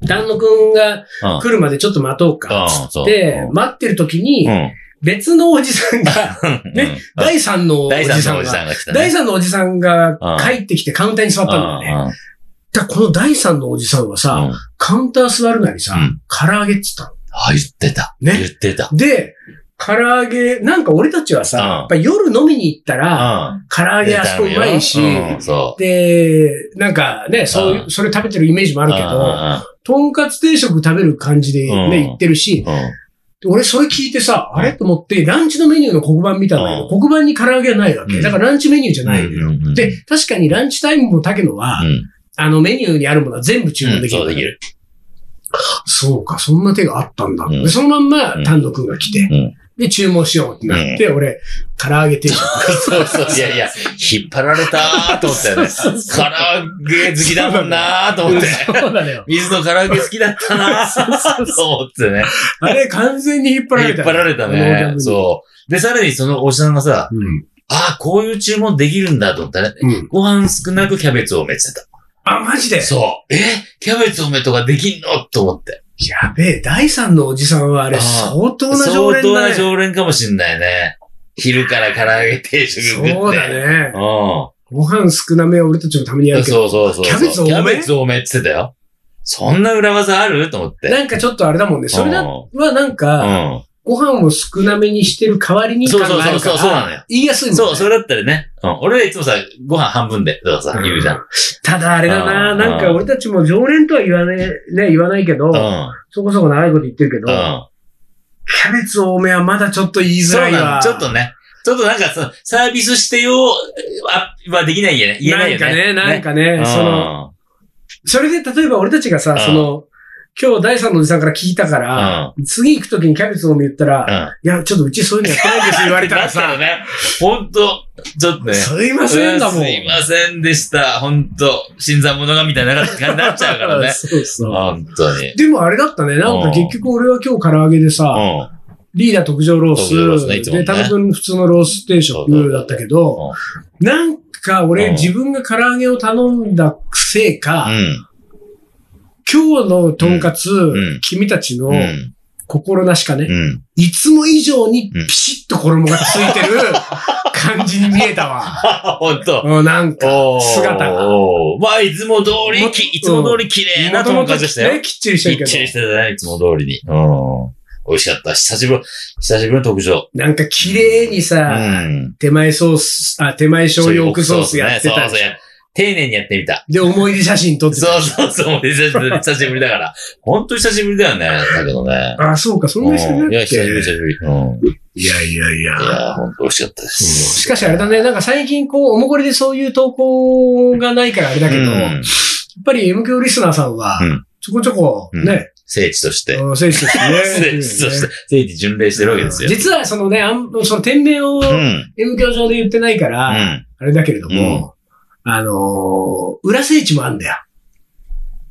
[SPEAKER 1] 丹野くんが
[SPEAKER 2] うん
[SPEAKER 1] 来るまでちょっと待とうか、
[SPEAKER 2] うん
[SPEAKER 1] つっ
[SPEAKER 2] そう
[SPEAKER 1] て
[SPEAKER 2] う、
[SPEAKER 1] 待ってる時に
[SPEAKER 2] う、ん。
[SPEAKER 1] 別のおじさんが、ね、
[SPEAKER 2] うん
[SPEAKER 1] 第三のお
[SPEAKER 2] 第
[SPEAKER 1] じ
[SPEAKER 2] 三
[SPEAKER 1] さ
[SPEAKER 2] の
[SPEAKER 1] ん
[SPEAKER 2] おじ
[SPEAKER 1] が、
[SPEAKER 2] さんが来たね。
[SPEAKER 1] 第三のおじさんが
[SPEAKER 2] うん
[SPEAKER 1] 帰ってきてカウンターに座ったんだよね。だからこの第三のおじさんは
[SPEAKER 2] うんうん
[SPEAKER 1] さ、
[SPEAKER 2] うん
[SPEAKER 1] カウンター座るなりさ
[SPEAKER 2] うん、
[SPEAKER 1] 唐揚げっつったの。
[SPEAKER 2] あ、言ってた。
[SPEAKER 1] ね
[SPEAKER 2] 言ってた。
[SPEAKER 1] で、唐揚げ、なんか俺たちはさ、
[SPEAKER 2] うん
[SPEAKER 1] やっぱ夜飲みに行ったら、
[SPEAKER 2] う
[SPEAKER 1] 唐揚
[SPEAKER 2] ん。
[SPEAKER 1] げあそこうまいし、
[SPEAKER 2] うんそう。
[SPEAKER 1] で、なんかね、そういうう、それ食べてるイメージもあるけど、
[SPEAKER 2] う
[SPEAKER 1] とんかつ定食食べる感じで
[SPEAKER 2] うん
[SPEAKER 1] ね、言ってるし、
[SPEAKER 2] んうんうん。
[SPEAKER 1] 俺それ聞いてさ、
[SPEAKER 2] うん
[SPEAKER 1] あれと思って、ランチのメニューの黒板見たんだけど、黒板に唐揚げはないわ
[SPEAKER 2] う
[SPEAKER 1] け。
[SPEAKER 2] ん
[SPEAKER 1] だからランチメニューじゃないのよ。
[SPEAKER 2] うんうんうん
[SPEAKER 1] で、確かにランチタイムも竹野は、
[SPEAKER 2] うん
[SPEAKER 1] あのメニューにあるものは全部注文でき
[SPEAKER 2] そうでき
[SPEAKER 1] る。
[SPEAKER 2] る。
[SPEAKER 1] そうか、そんな手があったんだ。
[SPEAKER 2] うん
[SPEAKER 1] でそのまんま、丹野くんが来て
[SPEAKER 2] うん、
[SPEAKER 1] で、注文しようってなって、俺、唐揚げ定食。
[SPEAKER 2] そうそう。いやいや、引っ張られたーと思ったよね。唐揚げ好きだもんなーと思って。
[SPEAKER 1] そうだよ。
[SPEAKER 2] 水の唐揚げ好きだったなーと思ってね。
[SPEAKER 1] あれ、完全に引っ張られ。
[SPEAKER 2] 引った張られた
[SPEAKER 1] あのお客
[SPEAKER 2] ね。
[SPEAKER 1] に
[SPEAKER 2] そう。で、さらにそのおじさんがさ、
[SPEAKER 1] うん。
[SPEAKER 2] ああ、こういう注文できるんだと思ったね。
[SPEAKER 1] うん。
[SPEAKER 2] ご飯少なくキャベツをめってた。
[SPEAKER 1] あ、マジで
[SPEAKER 2] そう。えキャベツ梅とかできんのと思って。
[SPEAKER 1] やべえ、第三のおじさんはあれ
[SPEAKER 2] あー
[SPEAKER 1] 相当な常
[SPEAKER 2] 相
[SPEAKER 1] 連
[SPEAKER 2] 当
[SPEAKER 1] だ
[SPEAKER 2] な
[SPEAKER 1] ね。
[SPEAKER 2] 常連かもしんないね。昼から唐揚げ定食食って。
[SPEAKER 1] そうだね。
[SPEAKER 2] う
[SPEAKER 1] ご飯少なめは俺たちのためにや
[SPEAKER 2] ん。
[SPEAKER 1] るけど。
[SPEAKER 2] そうそうそうそう。
[SPEAKER 1] キャベツ多め
[SPEAKER 2] キャベツ多めって言ってたよ。そんな裏技あると思って。
[SPEAKER 1] なんかちょっとあれだもんね。それだ
[SPEAKER 2] う
[SPEAKER 1] はなん
[SPEAKER 2] んう
[SPEAKER 1] か、
[SPEAKER 2] ん。
[SPEAKER 1] ご飯を少なめにしてる代わりに感が
[SPEAKER 2] そうそう
[SPEAKER 1] あ
[SPEAKER 2] そ
[SPEAKER 1] る
[SPEAKER 2] う
[SPEAKER 1] か
[SPEAKER 2] そう、そうな
[SPEAKER 1] ら、
[SPEAKER 2] のよ。
[SPEAKER 1] 言いやすいもんね
[SPEAKER 2] そう、それだったらね。うん。俺はいつもさ、ご飯半分で、とかさ、言うじゃん。
[SPEAKER 1] ただあれだな、
[SPEAKER 2] うん
[SPEAKER 1] なんか俺たちも常連とは言わね、ね、言わないけど
[SPEAKER 2] う、ん。
[SPEAKER 1] そこそこ長いこと言ってるけど、
[SPEAKER 2] うん。
[SPEAKER 1] キャベツ多めはまだちょっと言いづ
[SPEAKER 2] そ
[SPEAKER 1] ら
[SPEAKER 2] う
[SPEAKER 1] い
[SPEAKER 2] な
[SPEAKER 1] わ。
[SPEAKER 2] の。ちょっとね。ちょっとなんかその、サービスしてよ、あ、はできないよね。言えないよね。
[SPEAKER 1] なんかね、なんかね、その、
[SPEAKER 2] の、
[SPEAKER 1] それで例えば俺たちがさ、
[SPEAKER 2] うん
[SPEAKER 1] その、今日第三のおじさんから聞いたから、
[SPEAKER 2] う
[SPEAKER 1] 次行くときにキャベツ多め言ったら、
[SPEAKER 2] ん。うん。
[SPEAKER 1] いや、ちょっとうちそういうのやってないんですよ言われた ら
[SPEAKER 2] だっ
[SPEAKER 1] さ、
[SPEAKER 2] ね、ほんと、ちょっとね。
[SPEAKER 1] すいませんだもん。
[SPEAKER 2] うすいませんでした。ほんと、新参者がみたいな感じになっちゃうからね。
[SPEAKER 1] そうそう。
[SPEAKER 2] ほんとに。
[SPEAKER 1] でもあれだったね。なんか結局俺は今日唐揚げでさ、
[SPEAKER 2] うん。
[SPEAKER 1] リーダー特上ロース。
[SPEAKER 2] 特上ロースねいつもね
[SPEAKER 1] で、多分普通のロース定食だったけど、なんか
[SPEAKER 2] う
[SPEAKER 1] 俺
[SPEAKER 2] ん
[SPEAKER 1] 自分が唐揚げを頼んだせいか、今日のとんかつ、
[SPEAKER 2] ん
[SPEAKER 1] 君たちの
[SPEAKER 2] うん。うん。
[SPEAKER 1] 心なしかね、
[SPEAKER 2] うん。
[SPEAKER 1] いつも以上にピシッと衣がついてる感じに見えた わ。
[SPEAKER 2] ほんと。
[SPEAKER 1] うんなんか、
[SPEAKER 2] おー
[SPEAKER 1] 姿が。
[SPEAKER 2] おーまあ、いつも通
[SPEAKER 1] も
[SPEAKER 2] り、きいつも通り綺麗なとんかつでしたよ。
[SPEAKER 1] ね、きっちりして
[SPEAKER 2] き
[SPEAKER 1] る
[SPEAKER 2] っちり
[SPEAKER 1] け
[SPEAKER 2] してたね、いつも通りに。うん。美味しかった。久しぶり、久しぶりの特上。
[SPEAKER 1] ど、なんか綺麗に
[SPEAKER 2] う
[SPEAKER 1] さ、
[SPEAKER 2] ん。
[SPEAKER 1] 手前ソース、あ、手前醤油奥ソースやって
[SPEAKER 2] そ
[SPEAKER 1] た
[SPEAKER 2] うそうや。丁寧にやってみた。
[SPEAKER 1] で、思い出写真撮ってた。
[SPEAKER 2] そうそうそう、俺久しぶり久しぶりだから。本当に久しぶりだよね。だけどね。
[SPEAKER 1] あ、そうか、そんな人
[SPEAKER 2] う
[SPEAKER 1] だっ
[SPEAKER 2] んいや、久しぶり、久
[SPEAKER 1] け
[SPEAKER 2] しぶり。うん。
[SPEAKER 1] いやいやいや
[SPEAKER 2] いや、本当美味しかったで
[SPEAKER 1] うん
[SPEAKER 2] す。
[SPEAKER 1] しかしあれだね、なんか最近こう、おもこりでそういう投稿がないからあれだけど、
[SPEAKER 2] う
[SPEAKER 1] やっ
[SPEAKER 2] ん
[SPEAKER 1] ぱり MQ リスナーさんは
[SPEAKER 2] うん、
[SPEAKER 1] ちょこちょこ、ね、
[SPEAKER 2] 聖地として。
[SPEAKER 1] うん、選手として ね。
[SPEAKER 2] 聖地として、聖地巡礼してるわけですよ。
[SPEAKER 1] 実はそのね、あんその店名を
[SPEAKER 2] うん。う
[SPEAKER 1] M 教上で言ってないから、あ
[SPEAKER 2] ん。
[SPEAKER 1] れだけれども、あのー、裏聖地もあんだよ。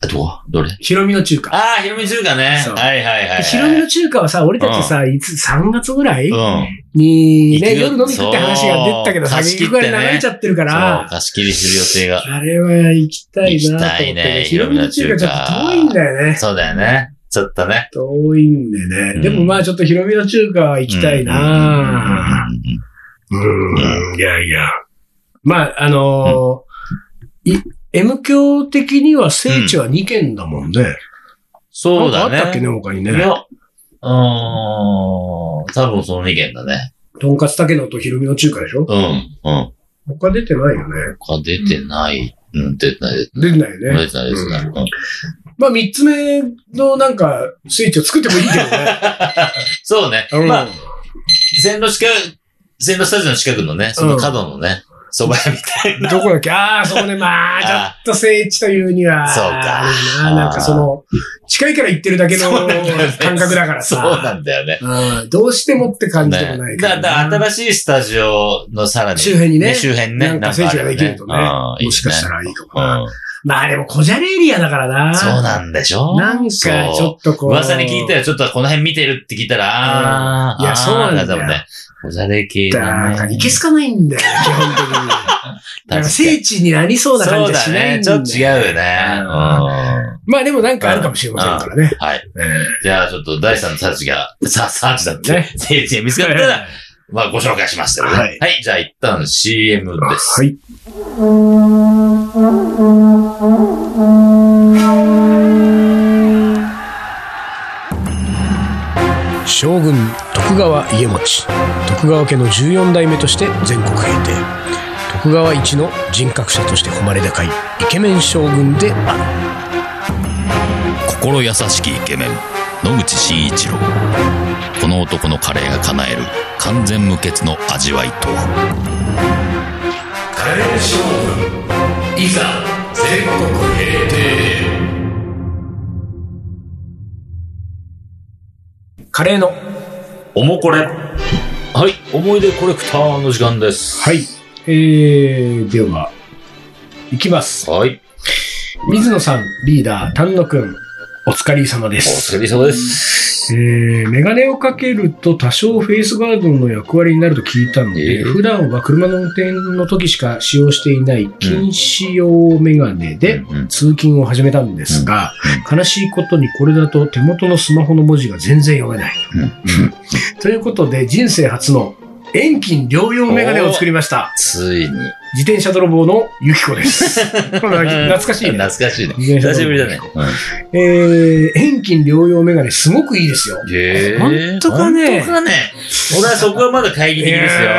[SPEAKER 2] あとはどれ
[SPEAKER 1] ヒロミの中華。
[SPEAKER 2] ああ、ヒロミ中華ね。
[SPEAKER 1] そう
[SPEAKER 2] はいはいはい。
[SPEAKER 1] ヒロミの中華はさ、俺たちさ、いつ、3月ぐらい
[SPEAKER 2] うん。
[SPEAKER 1] に、
[SPEAKER 2] 行
[SPEAKER 1] ね、
[SPEAKER 2] く
[SPEAKER 1] 夜飲み行くって話が出たけど、
[SPEAKER 2] そう
[SPEAKER 1] 先行くぐらい流れちゃってるか
[SPEAKER 2] そう、
[SPEAKER 1] ら、
[SPEAKER 2] 貸し切りする予定が。
[SPEAKER 1] あれは行きたいなと思って、
[SPEAKER 2] 行きたいね
[SPEAKER 1] ヒロミの中華ちょっと遠いんだよね。
[SPEAKER 2] そうだよね。ちょっとね。
[SPEAKER 1] 遠いんでね。
[SPEAKER 2] うん
[SPEAKER 1] でもまあちょっとヒロミの中華は行きたいな
[SPEAKER 2] うんうんうんうん
[SPEAKER 1] うん、いやいや。まあ、あのーい M 教的には聖地は2軒だもんね。
[SPEAKER 2] そうだ
[SPEAKER 1] なんかあったっけ
[SPEAKER 2] ね
[SPEAKER 1] ね、。他に
[SPEAKER 2] い
[SPEAKER 1] ね。
[SPEAKER 2] や、うーん、多分その2件だね。
[SPEAKER 1] とんかつたけのとヒロミの中華でしょ
[SPEAKER 2] うん、うん。
[SPEAKER 1] 他出てないよね。
[SPEAKER 2] 他出てない。うん、出てない、出て
[SPEAKER 1] 出てないよ
[SPEAKER 2] ない、
[SPEAKER 1] ね。
[SPEAKER 2] 出てないですね。うん
[SPEAKER 1] まあ3つ目のなんか聖地を作ってもいいけど ね。
[SPEAKER 2] そうね。
[SPEAKER 1] うん
[SPEAKER 2] まあ、線路近く、線路スタジオの近くのね、その角のね、蕎麦屋みたいな。
[SPEAKER 1] どこだっけああ、そこね。まあ、ちょっと聖地というには。
[SPEAKER 2] そうか
[SPEAKER 1] あれだな。なんかその、近いから行ってるだけの
[SPEAKER 2] そうなんだよね
[SPEAKER 1] 感覚だから
[SPEAKER 2] そう
[SPEAKER 1] さ。
[SPEAKER 2] なんだよね。
[SPEAKER 1] うんどうしてもって感じでもな
[SPEAKER 2] ね
[SPEAKER 1] い
[SPEAKER 2] だだ
[SPEAKER 1] な
[SPEAKER 2] 新しいスタジオのさらに。
[SPEAKER 1] 周辺にね。
[SPEAKER 2] 周辺ね。
[SPEAKER 1] なんか聖地ができるとね。もしかした
[SPEAKER 2] ら。
[SPEAKER 1] らいいかもな。
[SPEAKER 2] うん。
[SPEAKER 1] まあでも、小じゃれエリアだからな。
[SPEAKER 2] そうなんでしょ
[SPEAKER 1] なんか、ちょっとこう。
[SPEAKER 2] 噂に聞いた
[SPEAKER 1] よ。
[SPEAKER 2] ら、ちょっとこの辺見てるって聞いたら、あーあ
[SPEAKER 1] うんいやそうなんだよ
[SPEAKER 2] ー多分ね。おじゃれ系
[SPEAKER 1] なん
[SPEAKER 2] だ
[SPEAKER 1] か、
[SPEAKER 2] ね。
[SPEAKER 1] いけすかないんだよ ね、基本的に。
[SPEAKER 2] 確か
[SPEAKER 1] な
[SPEAKER 2] に
[SPEAKER 1] んか聖地になりそうな感
[SPEAKER 2] そ
[SPEAKER 1] じ
[SPEAKER 2] う
[SPEAKER 1] はし
[SPEAKER 2] だ
[SPEAKER 1] ない
[SPEAKER 2] ね。
[SPEAKER 1] ん
[SPEAKER 2] ち
[SPEAKER 1] だ
[SPEAKER 2] ょ
[SPEAKER 1] よ
[SPEAKER 2] っと違うよね。うん
[SPEAKER 1] まあでもなんかあるかもしれませんからね。
[SPEAKER 2] はい。
[SPEAKER 1] え
[SPEAKER 2] じゃあ、ちょっと第三のサーチが、さ、サーチだっ
[SPEAKER 1] ね
[SPEAKER 2] て、聖地が見つ
[SPEAKER 1] え
[SPEAKER 2] かった ら、まあ、ご紹介しましたよね。
[SPEAKER 1] はい
[SPEAKER 2] はい。じゃあ、一旦 CM です。
[SPEAKER 1] はい。将軍徳川家持徳川家の14代目として全国平定徳川一の人格者として誉れ高いイケメン将軍である
[SPEAKER 3] 心優しきイケメン野口真一郎この男のカレーが叶える完全無欠の味わいとは
[SPEAKER 2] いざ、全国平定。
[SPEAKER 1] カレーの
[SPEAKER 2] おもこれ。はい。思い出コレクターの時間です。
[SPEAKER 1] はいえー、ではいきます
[SPEAKER 2] はい。
[SPEAKER 1] 水野さんリーダー丹野くんお疲れ様で
[SPEAKER 2] お
[SPEAKER 1] す
[SPEAKER 2] 疲れ様です。
[SPEAKER 1] えー、メガネをかけると多少フェイスガードの役割になると聞いたので、
[SPEAKER 2] えー
[SPEAKER 1] 普段は車の運転の時しか使用していない禁止用メガネで、
[SPEAKER 2] うんうん
[SPEAKER 1] 通勤を始めたんですが、悲しいことにこれだと手元のスマホの文字が全然読めない。ということで、人生初の遠近両用メガネを作りました。
[SPEAKER 2] ついに。
[SPEAKER 1] 自転車泥棒のゆきこ です。懐かしいね
[SPEAKER 2] 懐。かしいね。
[SPEAKER 1] 自転車泥棒
[SPEAKER 2] 久しぶりだね。
[SPEAKER 1] えー、遠近両用メガネすごくいいですよ。
[SPEAKER 2] へ
[SPEAKER 1] 本当かね
[SPEAKER 2] 本当かね。俺はそこはまだ懐疑的ですよ。うん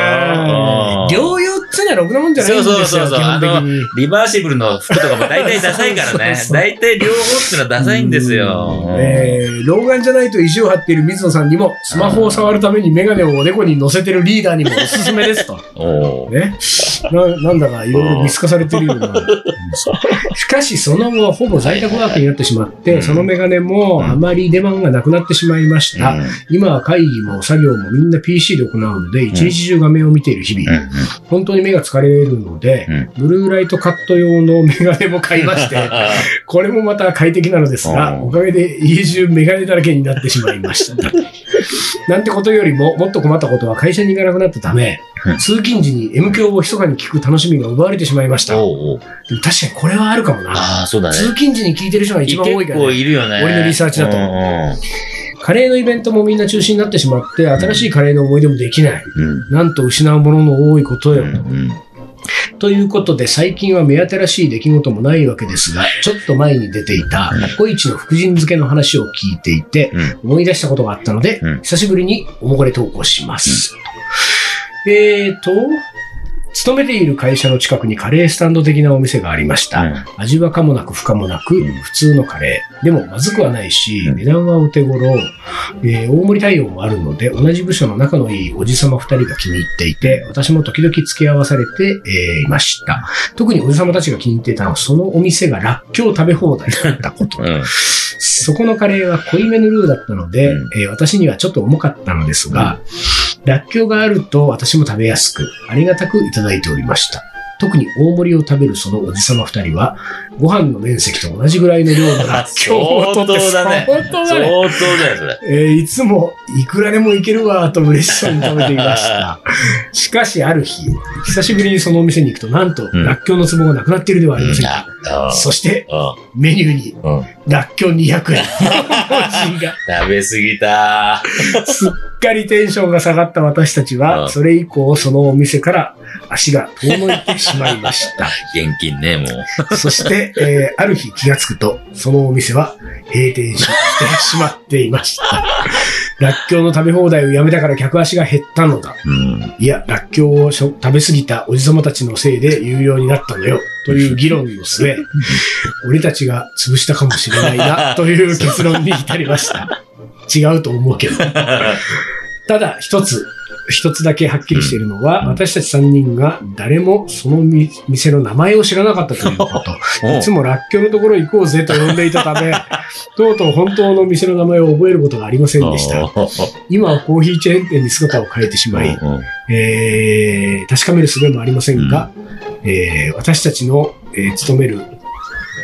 [SPEAKER 1] 療養ってのはろくなもんじゃないんですよ。
[SPEAKER 2] そうそうそうそう
[SPEAKER 1] 基本的に
[SPEAKER 2] リバーシブルの服とかも大体ダサいからね
[SPEAKER 1] そうそう。そう
[SPEAKER 2] 大体両方ってのはダサいんですよ。
[SPEAKER 1] えー老眼じゃないと意地を張っている水野さんにも、スマホを触るためにメガネをおでこに乗せてるリーダーにもおすすめです と。
[SPEAKER 2] おー
[SPEAKER 1] ね。ななんだかいろいろ見透かされてるような。しかし、その後、ほぼ在宅ワークになってしまっ
[SPEAKER 2] はいは
[SPEAKER 1] て、
[SPEAKER 2] い
[SPEAKER 1] そのメガネ
[SPEAKER 2] うん
[SPEAKER 1] もあまり出番がなくなってしまいました。今は会議も作業もみんな PC で行うので、一日中画面を見ている日
[SPEAKER 2] うん
[SPEAKER 1] 々。本当に目が疲れるので、 ブルーライトカット用のメガネも買いま して、これもまた快適なのです
[SPEAKER 2] う
[SPEAKER 1] が、
[SPEAKER 2] ん
[SPEAKER 1] おかげで家中メガネだらけになってしまいました。なんてことよりも、もっと困ったことは会社に行かなくなったため
[SPEAKER 2] うん、
[SPEAKER 1] 通勤時に M 響を密かに聞く楽しみが奪われてしまいました。でも
[SPEAKER 2] おうおう
[SPEAKER 1] 確かにこれはあるかもな。
[SPEAKER 2] ああ、そうだね。
[SPEAKER 1] 通勤時に聞いてる人が一番多いか
[SPEAKER 2] 結
[SPEAKER 1] ら
[SPEAKER 2] 構
[SPEAKER 1] ね、
[SPEAKER 2] いるよね。
[SPEAKER 1] 俺のリサーチだと
[SPEAKER 2] うんうん
[SPEAKER 1] カレーのイベントもみんな中止になってしまって、新しいカレーの思い出もできない。
[SPEAKER 2] うん
[SPEAKER 1] なんと失うものの多いことよ。
[SPEAKER 2] うん
[SPEAKER 1] ということで、最近は目新しい出来事もないわけですが、ちょっと前に出ていた、ココイチの福神漬けの話を聞いていて、
[SPEAKER 2] うん
[SPEAKER 1] 思い出したことがあったので、
[SPEAKER 2] うん
[SPEAKER 1] 久しぶりにおもこれ投稿します。えーと、勤めている会社の近くにカレースタンド的なお店がありました。味はかもなく不可もなく、普通のカレー。でも、まずくはないし、
[SPEAKER 2] うん
[SPEAKER 1] 値段はお手頃、えー大盛り対応もあるので、同じ部署の仲のいいおじさま二人が気に入っていて、私も時々付き合わされて、えーいました。特におじさまたちが気に入っていたのは、そのお店がらっきょう食べ放題だったこと。
[SPEAKER 2] うんうん
[SPEAKER 1] そこのカレーは濃いめのルーだったので、
[SPEAKER 2] うん
[SPEAKER 1] えー私にはちょっと重かったのですが、らっきょうがあると私も食べやすく、ありがたくいただいておりました。特に大盛りを食べるそのおじさま二人は、ご飯の面積と同じぐらいの量のらっきょうを取って
[SPEAKER 2] 相当 だね
[SPEAKER 1] 相当だ
[SPEAKER 2] 相当
[SPEAKER 1] ね
[SPEAKER 2] だよ、それ。
[SPEAKER 1] えーいつもいくらでもいけるわと嬉しそうに食べていま した。しかしある日、久しぶりにそのお店に行くと、なんと、
[SPEAKER 2] うん
[SPEAKER 1] らっきょうの壺がなくなっているではありませんか。
[SPEAKER 2] あ
[SPEAKER 1] そして、
[SPEAKER 2] あ
[SPEAKER 1] メニューに、
[SPEAKER 2] うんうん
[SPEAKER 1] らっきょう200円。文字が
[SPEAKER 2] 食べ過ぎた。
[SPEAKER 1] すっかりテンションが下がった私たち
[SPEAKER 2] ああ
[SPEAKER 1] は、それ以降そのお店から足が遠のいてしまいました。
[SPEAKER 2] 現金ね、もう。
[SPEAKER 1] そして、えーある日気がつくと、そのお店は閉店してしまっていました。らっきょうの食べ放題をやめたから客足が減ったのだ。
[SPEAKER 2] うん。
[SPEAKER 1] いや、らっきょうをしょ食べ過ぎたおじさまたちのせいで有料になったのよ。という議論の 末、俺たちが潰したかもしれないな、という結論に至りました。違うと思うけど。ただ、一つ、一つだけはっきりしているのは、
[SPEAKER 2] うん
[SPEAKER 1] 私たち三人が誰もそのみ店の名前を知らなかったという こと。いつもらっきょうのところ行こうぜと呼んでいたため、とうとう本当の店の名前を覚えることがありませんでした。今はコーヒーチェーン店に姿を変えてしまい、
[SPEAKER 2] うんうん
[SPEAKER 1] えー確かめる術もありませんが、えー私たちの、えー勤める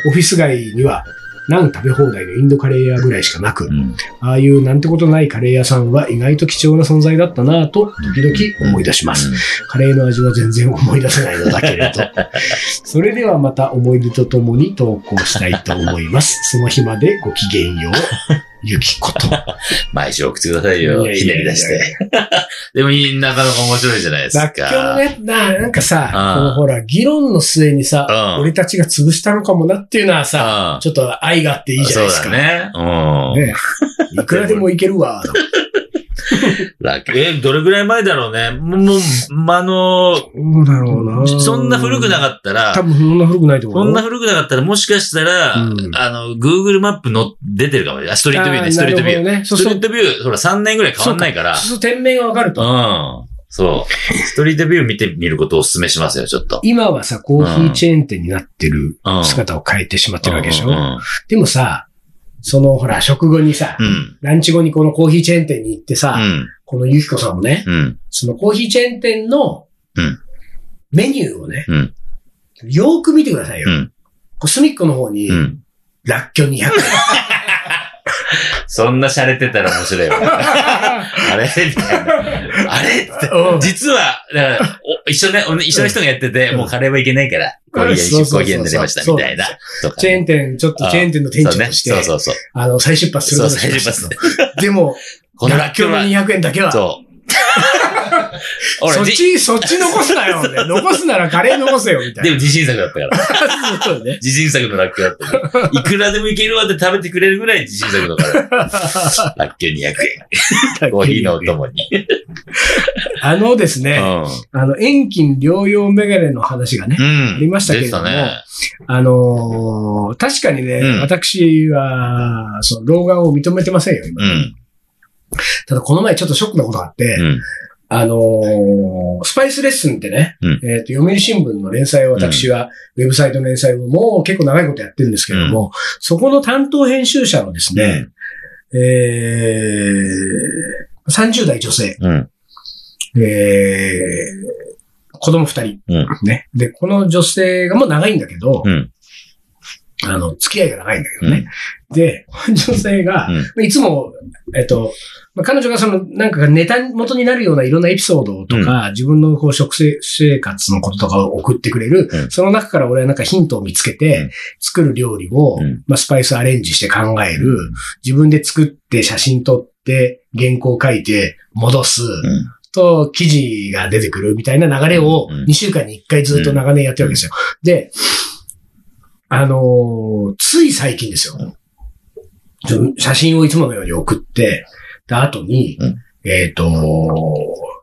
[SPEAKER 1] オフィス街には、なん食べ放題のインドカレー屋ぐらいしかなく、
[SPEAKER 2] うん
[SPEAKER 1] ああいうなんてことないカレー屋さんは意外と貴重な存在だったなぁと、時々思い出します。カレーの味は全然思い出せないのだけれ ど。それではまた思い出とともに投稿したいと思います。その日までごきげんよう。ゆきこと。
[SPEAKER 2] 毎週送ってくださいよ。
[SPEAKER 1] いやいやいやいや
[SPEAKER 2] ひねり出して。でも、なかなか面白いじゃないです
[SPEAKER 1] らっきょう
[SPEAKER 2] か。
[SPEAKER 1] ね、な、なんかさ、
[SPEAKER 2] ああ
[SPEAKER 1] このほら、議論の末にさ、
[SPEAKER 2] うん
[SPEAKER 1] 俺たちが潰したのかもなっていうのはさ、
[SPEAKER 2] さ、
[SPEAKER 1] ちょっと愛があっていいじゃないです
[SPEAKER 2] そ
[SPEAKER 1] か。
[SPEAKER 2] うだね。うん。
[SPEAKER 1] ねいくらでもいけるわ。だ
[SPEAKER 2] ラッキーえ、どれぐらい前だろうね。もうもう、まあの、
[SPEAKER 1] どうだろうな
[SPEAKER 2] そんな古くな
[SPEAKER 1] っ
[SPEAKER 2] かったら
[SPEAKER 1] 多、分そんな古くないと思
[SPEAKER 2] そ
[SPEAKER 1] うん
[SPEAKER 2] な古くなかったら、もしかしたら、
[SPEAKER 1] うん
[SPEAKER 2] あの、Google マップの出てるかもね。あストリートビュー
[SPEAKER 1] あ
[SPEAKER 2] ね、ストリートビュー。
[SPEAKER 1] なるほどね。そ
[SPEAKER 2] ス
[SPEAKER 1] う
[SPEAKER 2] ト
[SPEAKER 1] そ
[SPEAKER 2] リー
[SPEAKER 1] う。
[SPEAKER 2] トビュー、ほら、3年ぐらい変わんないから。
[SPEAKER 1] そう店名がわかると。
[SPEAKER 2] うん。そう。ストリートビュー見てみることをお勧めしますよ、ちょっと。
[SPEAKER 1] 今はさ、コーヒーチェーン店になってる
[SPEAKER 2] うん。
[SPEAKER 1] 姿を変えてしまってるわけでし
[SPEAKER 2] うんう
[SPEAKER 1] ょ。
[SPEAKER 2] ん
[SPEAKER 1] でもさ、そのほら、食後にさ
[SPEAKER 2] う、ん。
[SPEAKER 1] ランチ後にこのコーヒーチェーン店に行って
[SPEAKER 2] う
[SPEAKER 1] さ、
[SPEAKER 2] ん。
[SPEAKER 1] このゆきこさんもね、
[SPEAKER 2] うん。
[SPEAKER 1] そのコーヒーチェーン店の
[SPEAKER 2] うん
[SPEAKER 1] メニューをね、
[SPEAKER 2] うん
[SPEAKER 1] よーく見てくださいよ。
[SPEAKER 2] うん
[SPEAKER 1] こう隅っこの方に、
[SPEAKER 2] うん。
[SPEAKER 1] らっきょう200円。
[SPEAKER 2] そんな洒落てたら面白 いわ。あれみたいな。あれって
[SPEAKER 1] うん
[SPEAKER 2] 実は、だからお一緒ね、お一緒の人がやってて、
[SPEAKER 1] うん
[SPEAKER 2] もうカレーはいけないから、こういう
[SPEAKER 1] そうそうそうそう
[SPEAKER 2] コーヒー屋になりました、みたいな。とか
[SPEAKER 1] チェーン店、ちょっとチェーン店の店長として、
[SPEAKER 2] そうねそうそうそう。
[SPEAKER 1] あの、再出発することに
[SPEAKER 2] そう
[SPEAKER 1] しま
[SPEAKER 2] 再
[SPEAKER 1] し
[SPEAKER 2] 出
[SPEAKER 1] たと でも、
[SPEAKER 2] この楽
[SPEAKER 1] 楽曲
[SPEAKER 2] 曲
[SPEAKER 1] の
[SPEAKER 2] は、
[SPEAKER 1] 200円だけは、そ
[SPEAKER 2] そう。俺、
[SPEAKER 1] っ
[SPEAKER 2] じ
[SPEAKER 1] ち、そっち残すなよ、ね、残すならカレー残せよ、みたい
[SPEAKER 2] で
[SPEAKER 1] な。
[SPEAKER 2] も自信作だったから。
[SPEAKER 1] そうね。
[SPEAKER 2] 自信作の楽器だった、ね。いくらでもいけるわって食べてくれるぐらい自信 作だから。楽器200円。コーヒーのお供に。
[SPEAKER 1] あのです
[SPEAKER 2] う
[SPEAKER 1] ね、
[SPEAKER 2] ん。
[SPEAKER 1] あの、遠近療養メガネの話がね、
[SPEAKER 2] うん。
[SPEAKER 1] ありましたけれども
[SPEAKER 2] でね。
[SPEAKER 1] あのー確かにね、
[SPEAKER 2] うん
[SPEAKER 1] 私は、その、老眼を認めてませんよ、今。
[SPEAKER 2] うん。
[SPEAKER 1] ただ、この前ちょっとショックなことがあって、
[SPEAKER 2] うん。
[SPEAKER 1] あのースパイスレッスンってね、
[SPEAKER 2] うん
[SPEAKER 1] えっ、と、読売新聞の連載を私は、ウェブサイトの連載をもう結構長いことやってるんですけれども、そこの担当編集者のですね、えー、30代女性、
[SPEAKER 2] うん。
[SPEAKER 1] えー、子供2人、
[SPEAKER 2] うん
[SPEAKER 1] ね。で、この女性がもう長いんだけど、
[SPEAKER 2] うん
[SPEAKER 1] あの、付き合いが長いんだけどね。で、女性が、
[SPEAKER 2] うん
[SPEAKER 1] まあいつも、えっと、まあ、彼女がその、なんかネタ元になるようないろんなエピソードとか、自分のこう食生生活のこととかを送ってくれる、
[SPEAKER 2] うん
[SPEAKER 1] その中から俺はなんかヒントを見つけて、
[SPEAKER 2] うん
[SPEAKER 1] 作る料理を、
[SPEAKER 2] うん
[SPEAKER 1] まあ、スパイスアレンジして考える、自分で作って写真撮って、原稿書いて、戻す、
[SPEAKER 2] うん。
[SPEAKER 1] と記事が出てくるみたいな流れを
[SPEAKER 2] うん
[SPEAKER 1] 2週間に1回ずっと長年やってるわけですよ。で、あのーつい最近ですよ。ちょ写真をいつものように送って、で、後に、
[SPEAKER 2] うん
[SPEAKER 1] えっ、と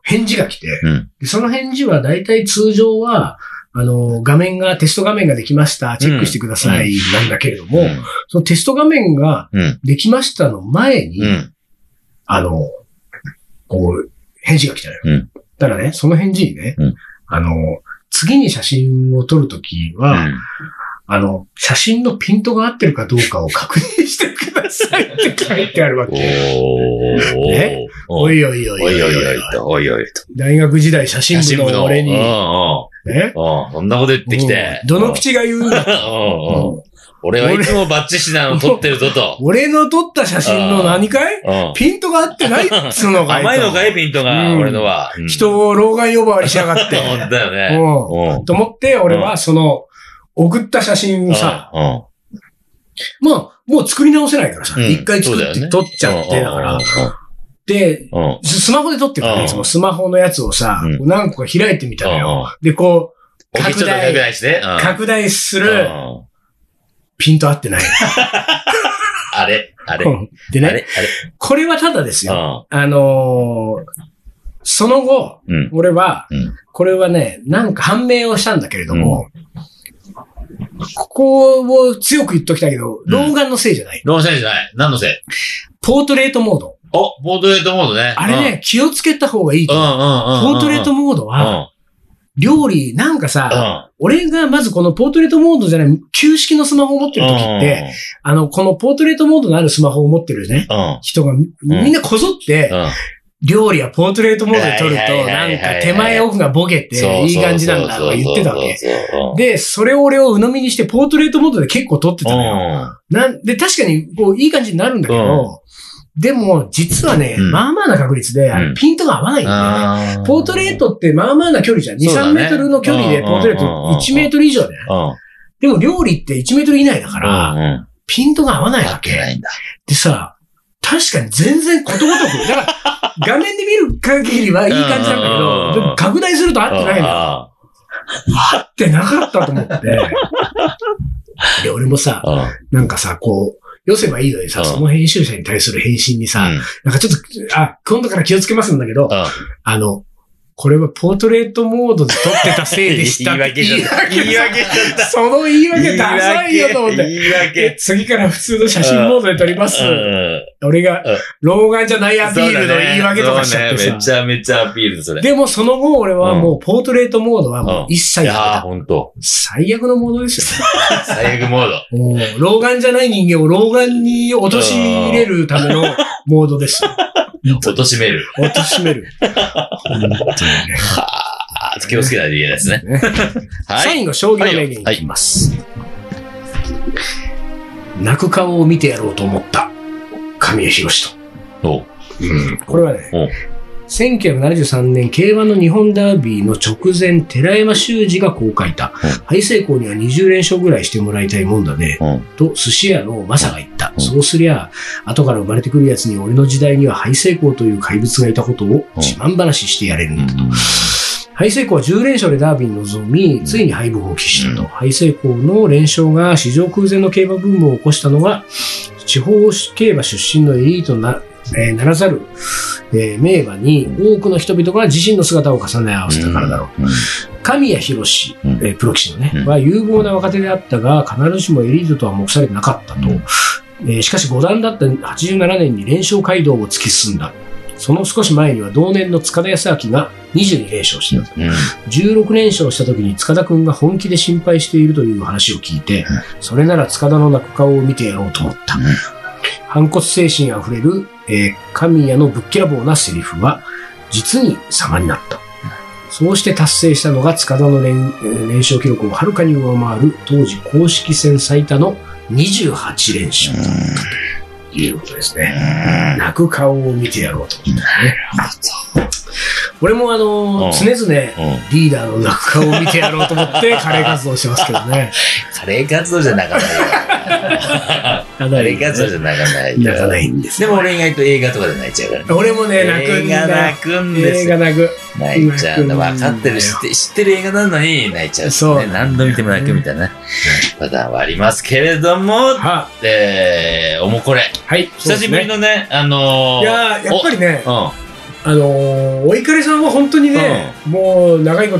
[SPEAKER 1] 返事が来て、
[SPEAKER 2] うん
[SPEAKER 1] でその返事は大体通常は、あのー画面が、テスト画面ができました、チェックしてください、なんだけれども、そのテスト画面が
[SPEAKER 2] うん。
[SPEAKER 1] できましたの前に、
[SPEAKER 2] うん。
[SPEAKER 1] あの、こう、返事が来たのよ。
[SPEAKER 2] うん
[SPEAKER 1] だからね、その返事にね、
[SPEAKER 2] うん
[SPEAKER 1] あの、次に写真を撮るときは、あの、写真のピントが合ってるかどうかを確認してくださいって 書いてあるわ
[SPEAKER 2] お
[SPEAKER 1] け。
[SPEAKER 2] ー。
[SPEAKER 1] ね
[SPEAKER 2] お
[SPEAKER 1] お
[SPEAKER 2] い
[SPEAKER 1] いおいおい
[SPEAKER 2] おいおいおいと、おいおいと。
[SPEAKER 1] 大学時代写真部の俺に、
[SPEAKER 2] うんうん
[SPEAKER 1] ね。
[SPEAKER 2] うん。そんなこと言ってきて
[SPEAKER 1] う。んどの口が言うんだ
[SPEAKER 2] うんうんうん俺はいつもバッチシなの撮ってるぞと。
[SPEAKER 1] 俺の撮った写真の何かい
[SPEAKER 2] うん。
[SPEAKER 1] ピントが合ってないっつうのかいと
[SPEAKER 2] 甘いのかいピントが、
[SPEAKER 1] うん
[SPEAKER 2] 俺のは。うん
[SPEAKER 1] 人を老害呼ばわりしやがっ て。
[SPEAKER 2] 本当だよね。
[SPEAKER 1] うん
[SPEAKER 2] うん
[SPEAKER 1] と思って、俺はその、送った写真をさ、
[SPEAKER 2] うん
[SPEAKER 1] まあ、もう作り直せないからさ、
[SPEAKER 2] うん
[SPEAKER 1] 一、回作っ
[SPEAKER 2] そうだよ
[SPEAKER 1] て
[SPEAKER 2] ね
[SPEAKER 1] 撮っちゃって、だから。で、
[SPEAKER 2] うん。うん。うん
[SPEAKER 1] ススマホで撮ってるから
[SPEAKER 2] う
[SPEAKER 1] ね、
[SPEAKER 2] ん
[SPEAKER 1] そのスマホのやつをさ、
[SPEAKER 2] う
[SPEAKER 1] 何個か開いてみたのよ。
[SPEAKER 2] うん
[SPEAKER 1] で、こう、
[SPEAKER 2] ちょっと
[SPEAKER 1] 拡
[SPEAKER 2] 拡
[SPEAKER 1] 大、
[SPEAKER 2] 大して。うん
[SPEAKER 1] 拡大す
[SPEAKER 2] う
[SPEAKER 1] る、
[SPEAKER 2] ん
[SPEAKER 1] ピント合ってない。
[SPEAKER 2] あれあれ
[SPEAKER 1] う
[SPEAKER 2] あれ
[SPEAKER 1] んで
[SPEAKER 2] あ
[SPEAKER 1] ね、
[SPEAKER 2] れ
[SPEAKER 1] これはただです
[SPEAKER 2] う
[SPEAKER 1] よ。
[SPEAKER 2] ん
[SPEAKER 1] あのーその後、
[SPEAKER 2] うん。
[SPEAKER 1] 俺は
[SPEAKER 2] うん、
[SPEAKER 1] これはね、なんか判明をしたんだけれども、ここを強く言っときたいけど、老眼のせいじゃない。
[SPEAKER 2] ローセンじゃない。何のせい
[SPEAKER 1] ポートレートモード。
[SPEAKER 2] お、ポートレートモードね。
[SPEAKER 1] あれね、気をつけた方がいい
[SPEAKER 2] うん。
[SPEAKER 1] と
[SPEAKER 2] うん
[SPEAKER 1] 思う
[SPEAKER 2] うんうん。
[SPEAKER 1] ポートレートモード
[SPEAKER 2] うん。う
[SPEAKER 1] は、料理、なんか
[SPEAKER 2] ん。う
[SPEAKER 1] さ、
[SPEAKER 2] ん
[SPEAKER 1] 俺がまずこのポートレートモードじゃない、旧式のスマホを持ってる時って、、あの、このポートレートモードのあるスマホを持ってるね、
[SPEAKER 2] うん。うん
[SPEAKER 1] 人がみみんなこぞって、
[SPEAKER 2] うん。
[SPEAKER 1] 料理はポートレートモードで撮る
[SPEAKER 2] はいはい
[SPEAKER 1] と、
[SPEAKER 2] はいは
[SPEAKER 1] ないんか手前奥がボケて、いい感じなんだとか言ってたわけ。
[SPEAKER 2] そうそうそうそう。
[SPEAKER 1] で、それを俺を鵜呑みにして、ポートレートモードで結構撮ってたのよ。なんで、確かに、こう、いい感じになるんだけど、でも、実はね、
[SPEAKER 2] うん
[SPEAKER 1] まあまあな確率で、あ
[SPEAKER 2] う
[SPEAKER 1] れ
[SPEAKER 2] ん
[SPEAKER 1] ピントが合わないんだよね。
[SPEAKER 2] うん。
[SPEAKER 1] ポートレートってまあまあな距離じゃん。2、
[SPEAKER 2] そうだ
[SPEAKER 1] 3
[SPEAKER 2] ね
[SPEAKER 1] メートルの距離でポートレート
[SPEAKER 2] うんうんうんうん
[SPEAKER 1] 1メートル以上だよ。
[SPEAKER 2] うん。
[SPEAKER 1] でも料理って1メートル以内だか
[SPEAKER 2] う
[SPEAKER 1] ら、
[SPEAKER 2] んうん。
[SPEAKER 1] ピントが合わない
[SPEAKER 2] 合
[SPEAKER 1] わ
[SPEAKER 2] ってな
[SPEAKER 1] け。
[SPEAKER 2] いんだ。
[SPEAKER 1] でさ、確かに全然ことごとく。 だから、画面で見る限りはいい感じなんだけ
[SPEAKER 2] うんうんうん
[SPEAKER 1] ど、でも拡大すると合ってないの。合ってなかったと思 って。で、俺もさ、
[SPEAKER 2] うんうんうん
[SPEAKER 1] なんかさ、こう、寄せばいいのに
[SPEAKER 2] う
[SPEAKER 1] さ、
[SPEAKER 2] ん
[SPEAKER 1] その編集者に対する返信にさ、なんかちょっと、あ、今度から気をつけますんだけど、
[SPEAKER 2] うん。
[SPEAKER 1] あの、これはポートレートモードで撮ってたせいでしたって。
[SPEAKER 2] 言い訳しちゃった
[SPEAKER 1] 言い訳その言い訳ダサいよと思って。
[SPEAKER 2] 言い
[SPEAKER 1] で
[SPEAKER 2] 訳。
[SPEAKER 1] 次から普通の写真モードで撮ります。俺が
[SPEAKER 2] うん、
[SPEAKER 1] 老眼じゃないアピールの言い訳とかしちゃって
[SPEAKER 2] そうね
[SPEAKER 1] さ
[SPEAKER 2] め。ちゃめちゃアピールそれ。
[SPEAKER 1] でもその後俺はもうポートレートモードはもう一切
[SPEAKER 2] い
[SPEAKER 1] やめ
[SPEAKER 2] やー、
[SPEAKER 1] た。
[SPEAKER 2] ほんと。
[SPEAKER 1] 最悪のモードですよ。
[SPEAKER 2] 最悪モード。
[SPEAKER 1] もう老眼じゃない人間を老眼に陥れるためのモードです よ。
[SPEAKER 2] 落としめる。
[SPEAKER 1] 貶め る。本当にね
[SPEAKER 2] はあ、気をつけないといけないですね。は
[SPEAKER 1] 最
[SPEAKER 2] い。
[SPEAKER 1] 後、将棋の名言いきます。泣く顔を見てやろうと思った。神谷博史と。
[SPEAKER 2] おう。
[SPEAKER 1] うん、これは
[SPEAKER 2] お
[SPEAKER 1] ね、1973年、K1 の日本ダービーの直前、寺山修司がこう書いた
[SPEAKER 2] うん。
[SPEAKER 1] 敗成功には20連勝ぐらいしてもらいたいもんだね。
[SPEAKER 2] うん。
[SPEAKER 1] と、寿司屋のマサが言った。
[SPEAKER 2] うん
[SPEAKER 1] そうすりゃ、後から生まれてくるやつに俺の時代には敗成功という怪物がいたことを自慢話してやれるんだ。敗成功は10連勝でダービーに臨み、ついに敗北を喫したと。
[SPEAKER 2] うん
[SPEAKER 1] 敗成功の連勝が史上空前の競馬ブームを起こしたのは、地方競馬出身のエリートな、えーならざる、えー名馬に多くの人々が自身の姿を重ね合わせたからだろう。
[SPEAKER 2] うん。
[SPEAKER 1] 神谷博士、
[SPEAKER 2] うん
[SPEAKER 1] えープロ棋士のね、
[SPEAKER 2] うん
[SPEAKER 1] は有望な若手であったが、必ずしもエリートとは目されてなかったと。
[SPEAKER 2] うん
[SPEAKER 1] えーしかし5段だった87年に連勝街道を突き進んだ。その少し前には同年の塚田康明が22連勝していた。
[SPEAKER 2] うん。
[SPEAKER 1] 16連勝した時に塚田君が本気で心配しているという話を聞いて
[SPEAKER 2] う、
[SPEAKER 1] それなら塚田の泣く顔を見てやろうと思った
[SPEAKER 2] うん。
[SPEAKER 1] 反骨精神あふれる、えー神谷のぶっきらぼうなセリフは、実に様になった。そうして達成したのが塚田の連えー連勝記録をはるかに上回る当時公式戦最多の28連勝ということですね。泣く顔を見てやろうと思ったね。俺もあ
[SPEAKER 2] う
[SPEAKER 1] のー、
[SPEAKER 2] ん
[SPEAKER 1] 常々、
[SPEAKER 2] うん。
[SPEAKER 1] リーダーの落下を見てやろうと思って、 カレー活動してますけどね。
[SPEAKER 2] カレー活動じゃなかないよ。
[SPEAKER 1] カ
[SPEAKER 2] カレー活動じゃなかないよ。
[SPEAKER 1] 泣かないんです。
[SPEAKER 2] でも俺意外と映画とかで泣いちゃうから。
[SPEAKER 1] 俺もね、泣くん
[SPEAKER 2] 映画
[SPEAKER 1] だ
[SPEAKER 2] 泣。くんで
[SPEAKER 1] 映
[SPEAKER 2] す
[SPEAKER 1] 画
[SPEAKER 2] よ。
[SPEAKER 1] 泣く。
[SPEAKER 2] 泣いちゃうんだ。分かってる、知
[SPEAKER 1] 泣
[SPEAKER 2] っ
[SPEAKER 1] く
[SPEAKER 2] て、知ってる映画なのに泣いちゃう、ね。
[SPEAKER 1] そう
[SPEAKER 2] 何度見ても泣くみたいな。パターンはありますけれども、
[SPEAKER 1] は、
[SPEAKER 2] えー、おもこれ。
[SPEAKER 1] はい。
[SPEAKER 2] 久しぶり
[SPEAKER 1] の。
[SPEAKER 2] のね、あのー、
[SPEAKER 1] いやーやっぱりね、
[SPEAKER 2] お、
[SPEAKER 1] あのー、お怒りさんは本当にね、もう長いこ
[SPEAKER 2] うん。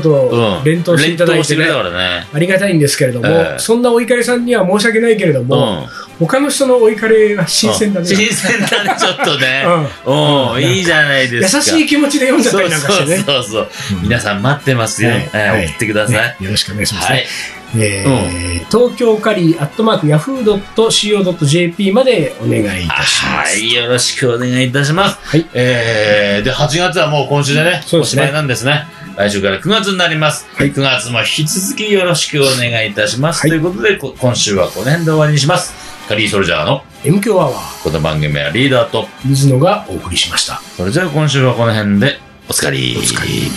[SPEAKER 1] と
[SPEAKER 2] うん。
[SPEAKER 1] 連投していただいて
[SPEAKER 2] 連投してく
[SPEAKER 1] ね
[SPEAKER 2] れた。からね。
[SPEAKER 1] ありがたいんですけれども、
[SPEAKER 2] ええ
[SPEAKER 1] そんなお怒りさんには申し訳ないけれど
[SPEAKER 2] う
[SPEAKER 1] も、
[SPEAKER 2] ん。
[SPEAKER 1] 他の人のお怒りは新鮮だね。
[SPEAKER 2] 新鮮だね、ちょっとね。
[SPEAKER 1] うん
[SPEAKER 2] お
[SPEAKER 1] うん
[SPEAKER 2] ん、いいじゃない
[SPEAKER 1] 優
[SPEAKER 2] ですか。
[SPEAKER 1] しい気持ちで読んじゃったりなんかしてね。
[SPEAKER 2] そうそうそうそう。皆さん待ってますよ。
[SPEAKER 1] は
[SPEAKER 2] はいい、
[SPEAKER 1] はい
[SPEAKER 2] 送ってください。
[SPEAKER 1] ねよろしくお願いします
[SPEAKER 2] は
[SPEAKER 1] ね
[SPEAKER 2] い。。
[SPEAKER 1] えー東京カリーアットマークヤフー .co.jp までお願いいたしま
[SPEAKER 2] は
[SPEAKER 1] す。
[SPEAKER 2] い。よろしくお願いいたします。
[SPEAKER 1] はい
[SPEAKER 2] えー、で、8月はもう今週でね、
[SPEAKER 1] そう
[SPEAKER 2] お
[SPEAKER 1] です
[SPEAKER 2] し
[SPEAKER 1] ね
[SPEAKER 2] まいなんですね。来週から9月になります。
[SPEAKER 1] はい
[SPEAKER 2] 9月も引き続きよろしくお願いいたします。
[SPEAKER 1] はい
[SPEAKER 2] ということで、こ今週はこの辺で終わりにします。カリーソルジャーの
[SPEAKER 1] M 強アワー、
[SPEAKER 2] この番組はリーダーと、
[SPEAKER 1] 水野がお送りしました。
[SPEAKER 2] それじゃあ今週はこの辺でおつかり。
[SPEAKER 1] おつかり